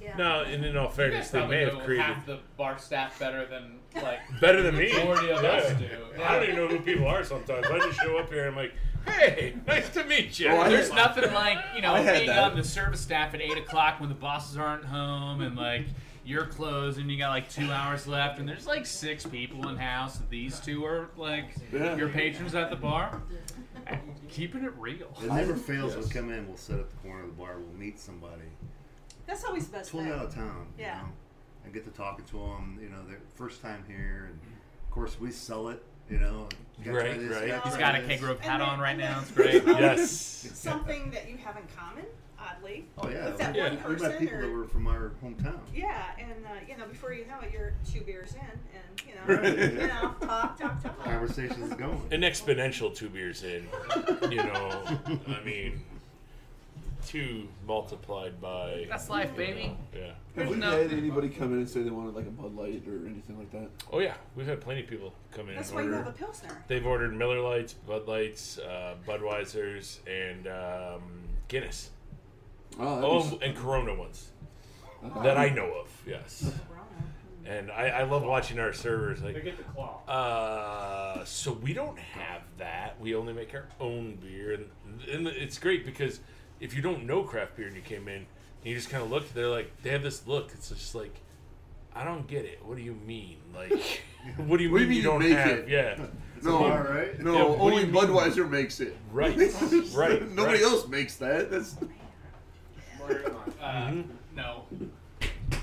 Speaker 4: yeah.
Speaker 3: No, and in all fairness, they may have created
Speaker 7: half the bar staff better than like
Speaker 3: better than me.
Speaker 7: majority of us do.
Speaker 3: I don't even know who people are sometimes. I just show up here and I'm like, hey, nice to meet you.
Speaker 2: Oh, I
Speaker 7: There's
Speaker 2: had-
Speaker 7: nothing like you know
Speaker 2: I had
Speaker 7: being
Speaker 2: that.
Speaker 7: on the service staff at eight o'clock when the bosses aren't home and like you're closed and you got like two hours left and there's like six people in house. These two are like
Speaker 2: Yeah.
Speaker 7: your patrons at the bar. Keeping it real.
Speaker 5: It never fails. We'll come in, we'll sit at the corner of the bar, we'll meet somebody
Speaker 4: That's always the best.
Speaker 5: totally
Speaker 4: thing.
Speaker 5: out of town.
Speaker 4: Yeah.
Speaker 5: You know, and get to talking to them, you know, their first time here. And of course, we sell it, you know. gotta try
Speaker 3: Right,
Speaker 5: this,
Speaker 3: right.
Speaker 5: gotta
Speaker 7: He's
Speaker 5: try
Speaker 7: got a
Speaker 5: this.
Speaker 7: keg rope hat
Speaker 4: And then-
Speaker 7: on right
Speaker 4: and then-
Speaker 7: now. It's great.
Speaker 3: Yes.
Speaker 4: something that you have in common, oddly.
Speaker 5: Oh, yeah.
Speaker 4: With that
Speaker 5: we-
Speaker 4: one
Speaker 3: Yeah.
Speaker 5: We
Speaker 4: person.
Speaker 5: met people
Speaker 4: or,
Speaker 5: that were from our hometown.
Speaker 4: yeah, and uh, you know, before you know it, you're two beers in, and you know, you know, talk, talk, talk.
Speaker 5: Conversation's going.
Speaker 3: An exponential two beers in, you know, I mean, two multiplied by.
Speaker 7: That's life, baby.
Speaker 3: Yeah.
Speaker 2: Have we
Speaker 7: nothing.
Speaker 2: had anybody come in and say they wanted like a Bud Light or anything like that?
Speaker 3: Oh, yeah. We've had plenty of people come in
Speaker 4: That's
Speaker 3: and
Speaker 4: why
Speaker 3: order.
Speaker 4: you have a pilsner.
Speaker 3: They've ordered Miller Lights, Bud Lights, uh, Budweisers, and um, Guinness.
Speaker 2: Oh,
Speaker 3: Oh, and Corona ones
Speaker 2: Oh.
Speaker 3: that I know of. Yes.
Speaker 4: Corona.
Speaker 3: And I, I love watching our servers.
Speaker 8: They
Speaker 3: Like,
Speaker 8: get the claw.
Speaker 3: Uh, so we don't have that. We only make our own beer, and, and it's great because if you don't know craft beer and you came in, and you just kind of look. They're like, they have this look. It's just like, I don't get it. What do you mean? Like, what do you
Speaker 2: What do you
Speaker 3: mean
Speaker 2: mean
Speaker 3: you
Speaker 2: you
Speaker 3: don't
Speaker 2: make
Speaker 3: have?
Speaker 2: it?
Speaker 3: Yeah,
Speaker 2: no,
Speaker 5: All right.
Speaker 2: no,
Speaker 3: Yeah, what
Speaker 2: only
Speaker 3: do you mean?
Speaker 2: Budweiser makes it.
Speaker 3: right, right.
Speaker 2: Nobody
Speaker 3: right.
Speaker 2: else makes that. That's
Speaker 7: Uh, No.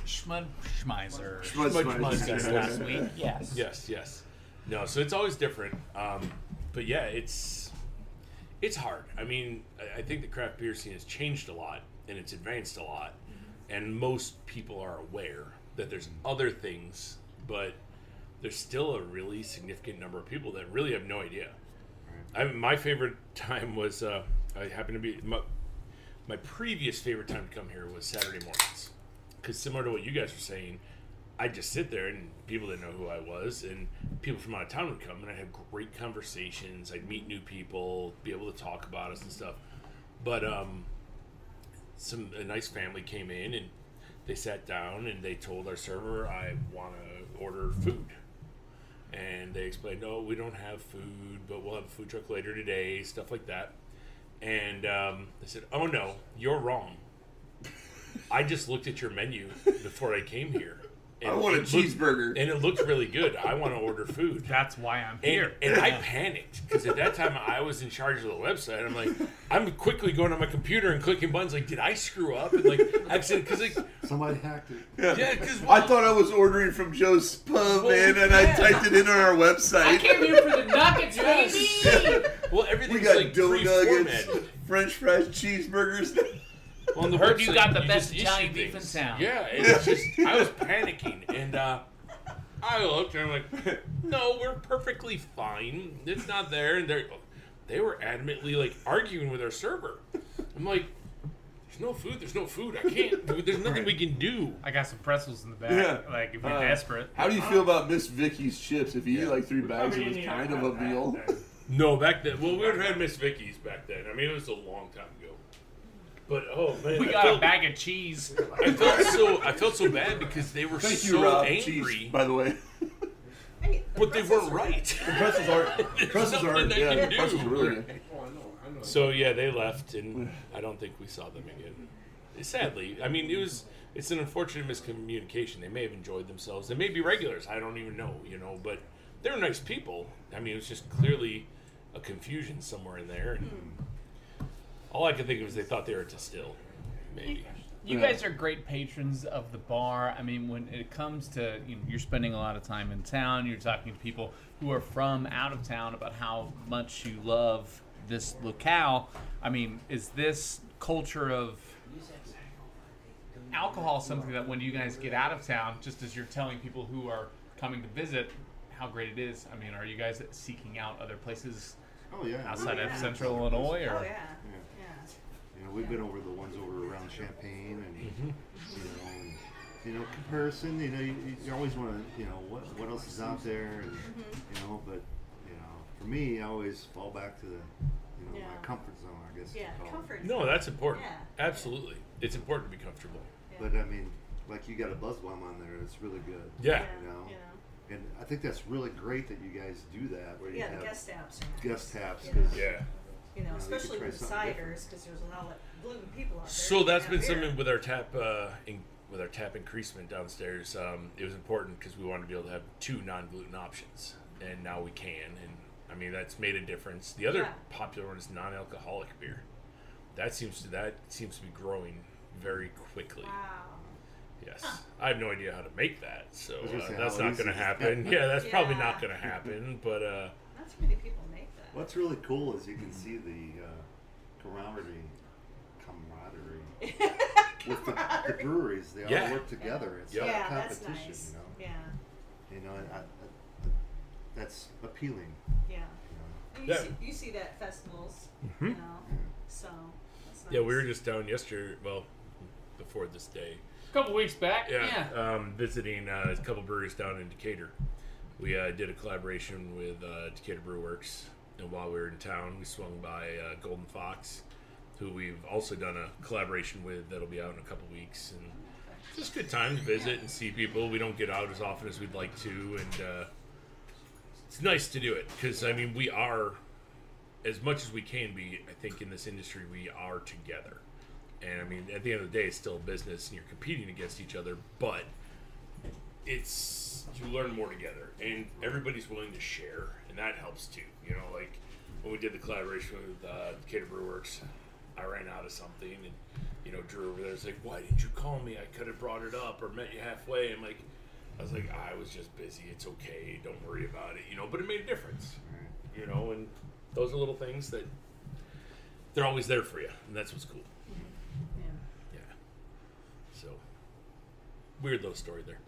Speaker 7: Schmud Schmeiser.
Speaker 2: Schmutz-
Speaker 3: Much
Speaker 2: Schmutz-
Speaker 3: money.
Speaker 2: Schmutz-
Speaker 7: Last
Speaker 3: Yeah.
Speaker 7: week, yes.
Speaker 3: Yes, yes. No, so it's always different. Um, but yeah, it's it's hard. I mean, I, I think the craft beer scene has changed a lot and it's advanced a lot, and most people are aware that there's other things, but there's still a really significant number of people that really have no idea. I my favorite time was uh, I happened to be my, my previous favorite time to come here was Saturday mornings because similar to what you guys were saying, I'd just sit there and people didn't know who I was, and people from out of town would come, and I'd have great conversations. I'd meet new people, be able to talk about us and stuff. But um, some a nice family came in and they sat down and they told our server, "I want to order food." "Oh, And they explained, "No, we don't have food, but we'll have a food truck later today, stuff like that." And um, I said, "Oh no, you're wrong. I just looked at your menu before I came here. And
Speaker 2: I want a
Speaker 3: it looked-
Speaker 2: cheeseburger.
Speaker 3: and it looked really good. I want to order food."
Speaker 1: That's why I'm
Speaker 3: And,
Speaker 1: here.
Speaker 3: and I panicked because at that time I was in charge of the website. I'm like, I'm quickly going on my computer and clicking buttons. Like, did I screw up? And like, accident because like,
Speaker 5: Somebody hacked it.
Speaker 3: yeah, because
Speaker 2: I thought I was ordering from Joe's Pub,
Speaker 3: Well,
Speaker 2: man,
Speaker 3: we
Speaker 2: and I
Speaker 3: can.
Speaker 2: typed it in on our
Speaker 1: I
Speaker 2: website.
Speaker 1: came here for the nuggets, baby.
Speaker 3: well
Speaker 2: We
Speaker 3: everything's
Speaker 2: got
Speaker 3: like
Speaker 2: dough nuggets,
Speaker 3: pre-formatted.
Speaker 2: French fries, cheeseburgers.
Speaker 3: Well, on the
Speaker 1: Heard you
Speaker 3: website,
Speaker 1: got the
Speaker 3: just
Speaker 1: best Italian
Speaker 3: issue
Speaker 1: beef in
Speaker 3: things.
Speaker 1: town.
Speaker 3: Yeah, and it's just I was panicking and uh, I looked and I'm like, no, we're perfectly fine. It's not there. And they they were adamantly like arguing with our server. I'm like, there's no food. There's no food. I can't. There's nothing we can do.
Speaker 1: I got some pretzels in the back.
Speaker 2: Yeah.
Speaker 1: Like if you're
Speaker 2: Uh,
Speaker 1: desperate.
Speaker 2: How do you feel about Miss Vicky's chips? If you eat like three bags,
Speaker 9: Probably
Speaker 2: it was
Speaker 9: didn't
Speaker 2: kind
Speaker 9: even
Speaker 2: of a
Speaker 9: have that
Speaker 2: meal.
Speaker 9: then.
Speaker 3: No, back then. Well, we would have had Miss Vicky's back then. I mean, it was a long time ago. But oh man,
Speaker 1: We
Speaker 3: I
Speaker 1: got a
Speaker 3: felt,
Speaker 1: bag of cheese.
Speaker 3: I felt so I felt so bad because they were
Speaker 2: Thank
Speaker 3: so
Speaker 2: you, Rob.
Speaker 3: angry,
Speaker 2: Cheese, by the way.
Speaker 4: Hey, the
Speaker 3: but they
Speaker 4: pretzels
Speaker 3: weren't
Speaker 4: were good.
Speaker 3: right.
Speaker 2: Pretzels are.
Speaker 3: pretzels are- nothing they
Speaker 2: Yeah,
Speaker 3: can do.
Speaker 2: pretzels are really good.
Speaker 10: Oh, I know, I know.
Speaker 3: So yeah, they left, and I don't think we saw them again. Sadly, I mean, it was it's an unfortunate miscommunication. They may have enjoyed themselves. They may be regulars. I don't even know, you know. But they were nice people. I mean, it was just clearly a confusion somewhere in there. And all I could think of is they thought they were at Distill, maybe.
Speaker 1: You
Speaker 2: Yeah.
Speaker 1: guys are great patrons of the bar. I mean, when it comes to you know, you're spending a lot of time in town, you're talking to people who are from out of town about how much you love this locale. I mean, is this culture of alcohol something that when you guys get out of town, just as you're telling people who are coming to visit how great it is? I mean, are you guys seeking out other places
Speaker 5: Oh yeah.
Speaker 1: outside
Speaker 5: we-
Speaker 1: of Central Illinois? Or?
Speaker 4: Oh yeah. Yeah.
Speaker 5: You know, we've been over the ones over around Champagne and
Speaker 3: Mm-hmm.
Speaker 5: you know, and, you know, comparison. You know, you, you always want to, you know, what what else is out there, and
Speaker 4: Mm-hmm.
Speaker 5: you know, but you know, for me, I always fall back to the, you know,
Speaker 4: Yeah.
Speaker 5: my comfort zone, I guess. you
Speaker 4: Yeah,
Speaker 5: call it.
Speaker 4: comfort.
Speaker 3: No, that's important.
Speaker 4: Yeah.
Speaker 3: Absolutely, it's important to be comfortable.
Speaker 5: But I mean, like you got a buzz bomb on there. It's really good.
Speaker 3: Yeah.
Speaker 4: Yeah,
Speaker 5: You know.
Speaker 4: you know.
Speaker 5: And I think that's really great that you guys do that. Where you
Speaker 4: Yeah,
Speaker 5: have
Speaker 4: the guest apps.
Speaker 5: guest taps.
Speaker 4: Yeah.
Speaker 5: 'cause,
Speaker 3: Yeah.
Speaker 4: You know,
Speaker 5: could
Speaker 4: especially
Speaker 5: try
Speaker 4: with
Speaker 5: something
Speaker 4: ciders, because there's a lot of gluten people out there.
Speaker 3: So that's
Speaker 4: Yeah,
Speaker 3: been
Speaker 4: beer.
Speaker 3: something with our tap uh, in, with our tap increasement downstairs. Um, it was important because we wanted to be able to have two non gluten options, and now we can. And I mean that's made a difference. The other
Speaker 4: Yeah.
Speaker 3: popular one is non alcoholic beer. That seems to that seems to be growing very quickly.
Speaker 4: Wow.
Speaker 3: Yes, I have no idea how to make that, so
Speaker 5: was gonna
Speaker 3: uh,
Speaker 5: say,
Speaker 3: that's
Speaker 5: how
Speaker 3: not
Speaker 5: easy
Speaker 3: going to
Speaker 5: is
Speaker 3: happen.
Speaker 5: that?
Speaker 3: Yeah, that's probably
Speaker 4: Yeah.
Speaker 3: not going to happen. But uh,
Speaker 4: Not too many people make that.
Speaker 5: What's really cool is you can see the uh, camaraderie, camaraderie with the, the breweries. They
Speaker 3: Yeah.
Speaker 5: all work together. It's
Speaker 3: Yeah.
Speaker 5: not
Speaker 4: Yeah,
Speaker 5: a
Speaker 4: that's
Speaker 5: competition,
Speaker 4: nice.
Speaker 5: you
Speaker 4: Yeah,
Speaker 5: know. You know, and I, I, that's appealing. You
Speaker 4: yeah.
Speaker 5: know.
Speaker 4: And you,
Speaker 3: Yeah.
Speaker 4: See, you see that at festivals,
Speaker 5: Mm-hmm.
Speaker 4: you know. So that's nice.
Speaker 3: Hmm? yeah, we were just down yesterday. Well, before this day,
Speaker 1: A couple weeks back,
Speaker 3: yeah, Um, visiting uh, a couple breweries down in Decatur. We uh, did a collaboration with uh, Decatur Brew Works, and while we were in town, we swung by uh, Golden Fox, who we've also done a collaboration with that'll be out in a couple weeks. And it's just a good time to visit and see people. We don't get out as often as we'd like to, and uh, it's nice to do it because I mean we are, as much as we can be, I think in this industry we are together. And I mean, at the end of the day, it's still a business, and you're competing against each other. But it's you learn more together, and everybody's willing to share, and that helps too. You know, like when we did the collaboration with uh, Decatur Brew Works, I ran out of something, and you know, Drew over there was like, "Why didn't you call me? I could have brought it up or met you halfway." I'm like, I was like, "I was just busy. It's okay. Don't worry about it." You know, but it made a difference. You know, and those are little things that they're always there for you, and that's what's cool.
Speaker 4: Yeah.
Speaker 3: Yeah. So weird little story there.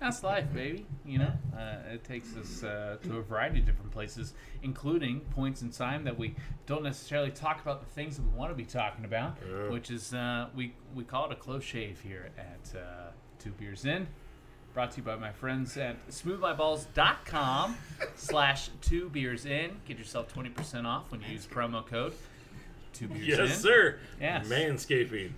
Speaker 1: That's life, baby. You know, uh, it takes us uh, to a variety of different places, including points in time that we don't necessarily talk about the things that we want to be talking about,
Speaker 3: Yeah.
Speaker 1: which is uh, we we call it a close shave here at uh, Two Beers In. Brought to you by my friends at smoothmyballs.com slash two beers in. Get yourself 20% off when you use promo code two beers in.
Speaker 3: Yes, sir.
Speaker 1: Yes.
Speaker 3: Manscaping.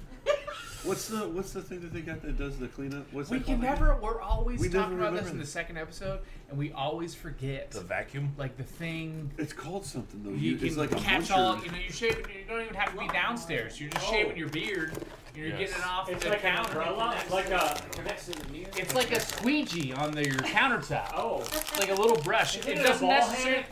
Speaker 2: What's the what's the thing that they got that does the cleanup? What's
Speaker 1: We
Speaker 2: that
Speaker 1: can
Speaker 2: called again?
Speaker 1: never. We're always
Speaker 2: We never
Speaker 1: talking about this
Speaker 2: remember
Speaker 1: in the
Speaker 2: this.
Speaker 1: second episode, and we always forget.
Speaker 3: The vacuum.
Speaker 1: like the thing
Speaker 2: It's called something though.
Speaker 1: you
Speaker 2: You,
Speaker 1: can
Speaker 2: it's like a
Speaker 1: catch
Speaker 2: muncher.
Speaker 1: all. You know, you're shaving. You don't even have to be downstairs. You're just shaving your beard. and You're
Speaker 3: Yes.
Speaker 1: getting it off
Speaker 8: Oh. It's
Speaker 1: the
Speaker 8: like an
Speaker 1: counter.
Speaker 8: umbrella.
Speaker 1: It's
Speaker 8: Like a.
Speaker 6: Connects to the mirror.
Speaker 1: It's like a squeegee on the, your countertop.
Speaker 8: Oh.
Speaker 1: Like a little brush.
Speaker 8: Isn't
Speaker 1: it
Speaker 8: it a
Speaker 1: doesn't
Speaker 8: ball
Speaker 1: necessarily.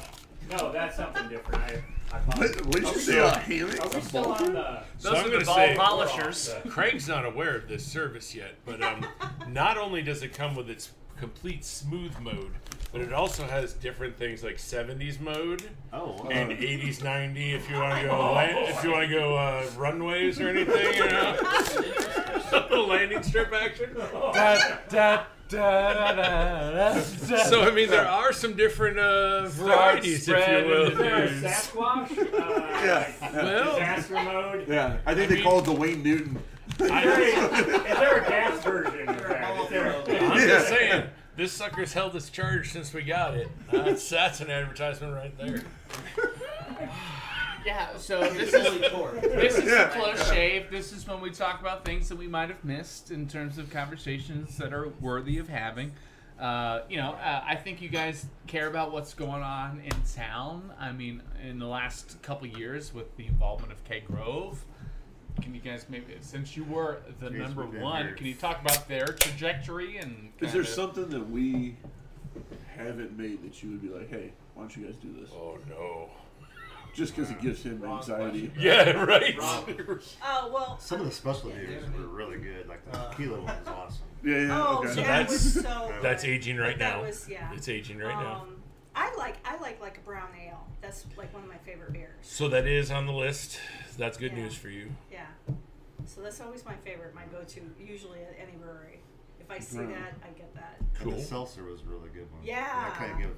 Speaker 8: No, that's something different. I, I
Speaker 2: What,
Speaker 8: apologize.
Speaker 2: what did
Speaker 1: Are
Speaker 2: you
Speaker 1: we
Speaker 2: say?
Speaker 1: still-
Speaker 2: A hammock?
Speaker 8: Are we
Speaker 2: A
Speaker 8: still
Speaker 2: ball?
Speaker 8: on the.
Speaker 3: So
Speaker 1: Those
Speaker 3: I'm
Speaker 1: are the
Speaker 3: gonna
Speaker 1: ball
Speaker 3: say-
Speaker 1: polishers.
Speaker 3: Craig's not aware of this service yet, but um, not only does it come with its complete smooth mode, but it also has different things like 70s mode
Speaker 5: Oh, wow.
Speaker 3: and 80s, 90 if you want to go la- if you want to go uh, runways or anything, you know, landing strip action. So I mean, there are some different uh, varieties, if you
Speaker 7: spreading
Speaker 3: will.
Speaker 7: the
Speaker 8: Is there a
Speaker 7: news.
Speaker 8: Sasquatch? Uh,
Speaker 2: Yeah. yeah.
Speaker 3: Well,
Speaker 8: Disaster mode?
Speaker 2: Yeah, I think they call it the Wayne Newton.
Speaker 8: There
Speaker 3: I,
Speaker 8: is, is there a gas version of that? Is there,
Speaker 3: I'm just
Speaker 2: Yeah.
Speaker 3: saying, this sucker's held its charge since we got it. That's, that's an advertisement right there.
Speaker 1: Yeah. So this
Speaker 6: It's
Speaker 1: is
Speaker 6: only torque.
Speaker 1: This is
Speaker 2: Yeah.
Speaker 1: the close shave. This is when we talk about things that we might have missed in terms of conversations that are worthy of having. Uh, you know, uh, I think you guys care about what's going on in town. I mean, in the last couple years with the involvement of K Grove, can you guys maybe, since you were the
Speaker 5: Yes,
Speaker 1: number
Speaker 5: we did.
Speaker 1: one, can you talk about their trajectory and?
Speaker 2: Is there
Speaker 1: kinda-
Speaker 2: something that we haven't made that you would be like, hey, why don't you guys do this?
Speaker 3: Oh no.
Speaker 2: Just because it gives him
Speaker 6: Wrong
Speaker 2: anxiety.
Speaker 6: question.
Speaker 3: Yeah, right.
Speaker 4: Oh well.
Speaker 5: Some of the special beers
Speaker 6: yeah.
Speaker 5: were really good. Like the
Speaker 4: Uh.
Speaker 5: tequila one was awesome.
Speaker 2: Yeah, yeah,
Speaker 4: Oh,
Speaker 2: okay.
Speaker 4: that
Speaker 3: that's-
Speaker 4: was so.
Speaker 3: That's
Speaker 4: good.
Speaker 3: aging right
Speaker 4: That
Speaker 3: now.
Speaker 4: was- yeah.
Speaker 3: It's aging right now.
Speaker 4: Um, I like I like like a brown ale. That's like one of my favorite beers.
Speaker 3: So that is on the list. That's good
Speaker 4: Yeah.
Speaker 3: news for you.
Speaker 4: Yeah. So that's always my favorite, my go-to, usually at any brewery. If I see
Speaker 2: Right.
Speaker 4: that, I get that.
Speaker 5: And
Speaker 3: Cool.
Speaker 5: the seltzer was a really good one.
Speaker 4: Yeah.
Speaker 5: That kind of give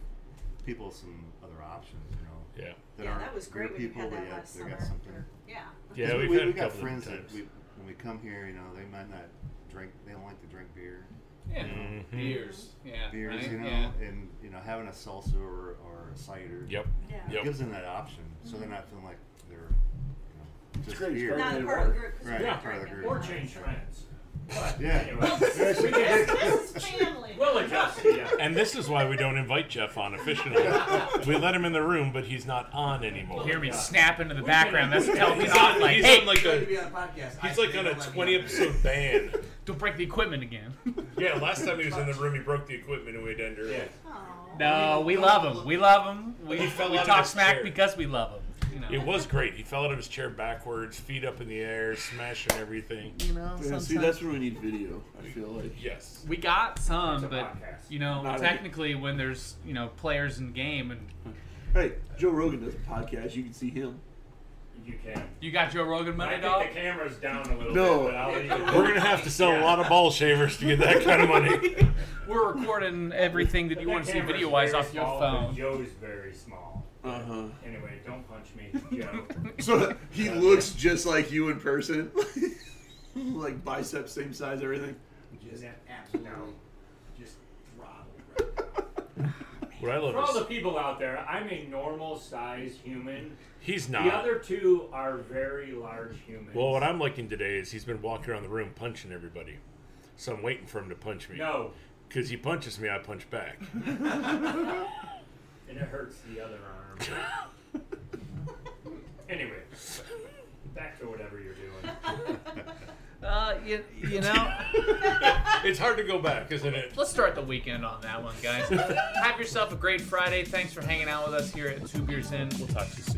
Speaker 5: people some other options, you know.
Speaker 3: Yeah.
Speaker 5: That
Speaker 4: yeah,
Speaker 5: aren't
Speaker 4: that was
Speaker 5: beer
Speaker 4: great when
Speaker 5: people,
Speaker 4: you had
Speaker 5: but
Speaker 4: that
Speaker 5: yet
Speaker 4: last
Speaker 5: they
Speaker 4: summer.
Speaker 5: got something.
Speaker 4: Yeah.
Speaker 3: Yeah,
Speaker 5: we
Speaker 3: we've
Speaker 5: we,
Speaker 3: had a
Speaker 5: got
Speaker 3: couple of
Speaker 5: friends
Speaker 3: times.
Speaker 5: that we, when we come here, you know, they might not drink. They don't like to drink beer,
Speaker 1: Yeah.
Speaker 3: Mhm.
Speaker 1: Beers. Yeah.
Speaker 5: beers,
Speaker 1: right?
Speaker 5: you know,
Speaker 1: Yeah.
Speaker 5: and you know, having a salsa or, or a cider.
Speaker 3: Yep.
Speaker 4: Yeah.
Speaker 3: Yep.
Speaker 5: Gives them that option, so they're not feeling like they're, you know, just
Speaker 2: great, it's
Speaker 5: beer.
Speaker 2: great.
Speaker 4: Not a
Speaker 2: Yeah.
Speaker 4: part of the group. 'cause
Speaker 5: Right,
Speaker 4: we're
Speaker 5: yeah,
Speaker 4: not
Speaker 5: part of the
Speaker 4: drinking.
Speaker 5: group.
Speaker 8: or change trends? But
Speaker 5: Yeah.
Speaker 8: anyway,
Speaker 5: Yes.
Speaker 8: we can,
Speaker 4: This is family.
Speaker 8: we'll adjust to you.
Speaker 3: And this is why we don't invite Jeff on officially. we let him in the room, but he's not on anymore.
Speaker 1: Hear me snap into the background. That's
Speaker 8: He's
Speaker 1: telling me
Speaker 3: He's
Speaker 1: off.
Speaker 3: on,
Speaker 1: Like,
Speaker 3: he's
Speaker 1: hey,
Speaker 3: on like
Speaker 6: Good to
Speaker 3: a
Speaker 6: be on a podcast.
Speaker 3: he's
Speaker 6: I-
Speaker 3: like
Speaker 6: they
Speaker 3: on
Speaker 6: don't
Speaker 3: a
Speaker 6: let me
Speaker 3: twenty
Speaker 6: on there.
Speaker 3: episode ban.
Speaker 1: don't break the equipment again.
Speaker 3: Yeah, last time he was in the room, he broke the equipment and we had to enter.
Speaker 8: Yeah.
Speaker 4: Aw.
Speaker 1: No, we love him. We love him. We,
Speaker 3: He fell
Speaker 1: we
Speaker 3: out of
Speaker 1: talk
Speaker 3: his
Speaker 1: smack
Speaker 3: chair.
Speaker 1: because we love him. You know,
Speaker 3: It was great. He fell out of his chair backwards, feet up in the air, smashing everything.
Speaker 1: you know
Speaker 2: Yeah, see,
Speaker 1: sometimes-
Speaker 2: that's where we need video, I feel like.
Speaker 3: Yes.
Speaker 1: we got some,
Speaker 8: It's a
Speaker 1: but
Speaker 8: podcast.
Speaker 1: you know,
Speaker 2: Not a-
Speaker 1: technically, when there's you know players in game, and
Speaker 2: Hey, Joe Rogan does a podcast. You can see him.
Speaker 8: You can.
Speaker 1: you got Joe Rogan
Speaker 8: I
Speaker 1: money,
Speaker 8: think
Speaker 1: dog.
Speaker 8: the camera's down a little
Speaker 2: No.
Speaker 8: bit, but I'll leave it.
Speaker 3: We're gonna have to sell a lot of ball shavers to get that kind of money.
Speaker 1: We're recording everything that you
Speaker 8: That
Speaker 1: want to see
Speaker 8: camera's
Speaker 1: video wise
Speaker 8: very
Speaker 1: off your
Speaker 8: small, but
Speaker 1: phone.
Speaker 8: Joe's very small.
Speaker 2: Uh huh.
Speaker 8: Anyway, don't punch me, Joe.
Speaker 2: So he looks just like you in person. like biceps, same size, everything.
Speaker 6: Just absolutely, just throttled. Right?
Speaker 3: What I
Speaker 8: For all
Speaker 3: love
Speaker 8: the
Speaker 3: is
Speaker 8: people out there, I'm a normal size human.
Speaker 3: he's
Speaker 8: The
Speaker 3: not.
Speaker 8: other two are very large humans.
Speaker 3: Well, what I'm liking today is he's been walking around the room punching everybody. So I'm waiting for him to punch me.
Speaker 8: No,
Speaker 3: Because he punches me, I punch back.
Speaker 8: and it hurts the other arm. anyway, back to whatever you're doing.
Speaker 1: Uh, you, you know,
Speaker 3: it's hard to go back, isn't it?
Speaker 1: let's start the weekend on that one, guys. Have yourself a great Friday. Thanks for hanging out with us here at Two Beers In. We'll talk to you soon.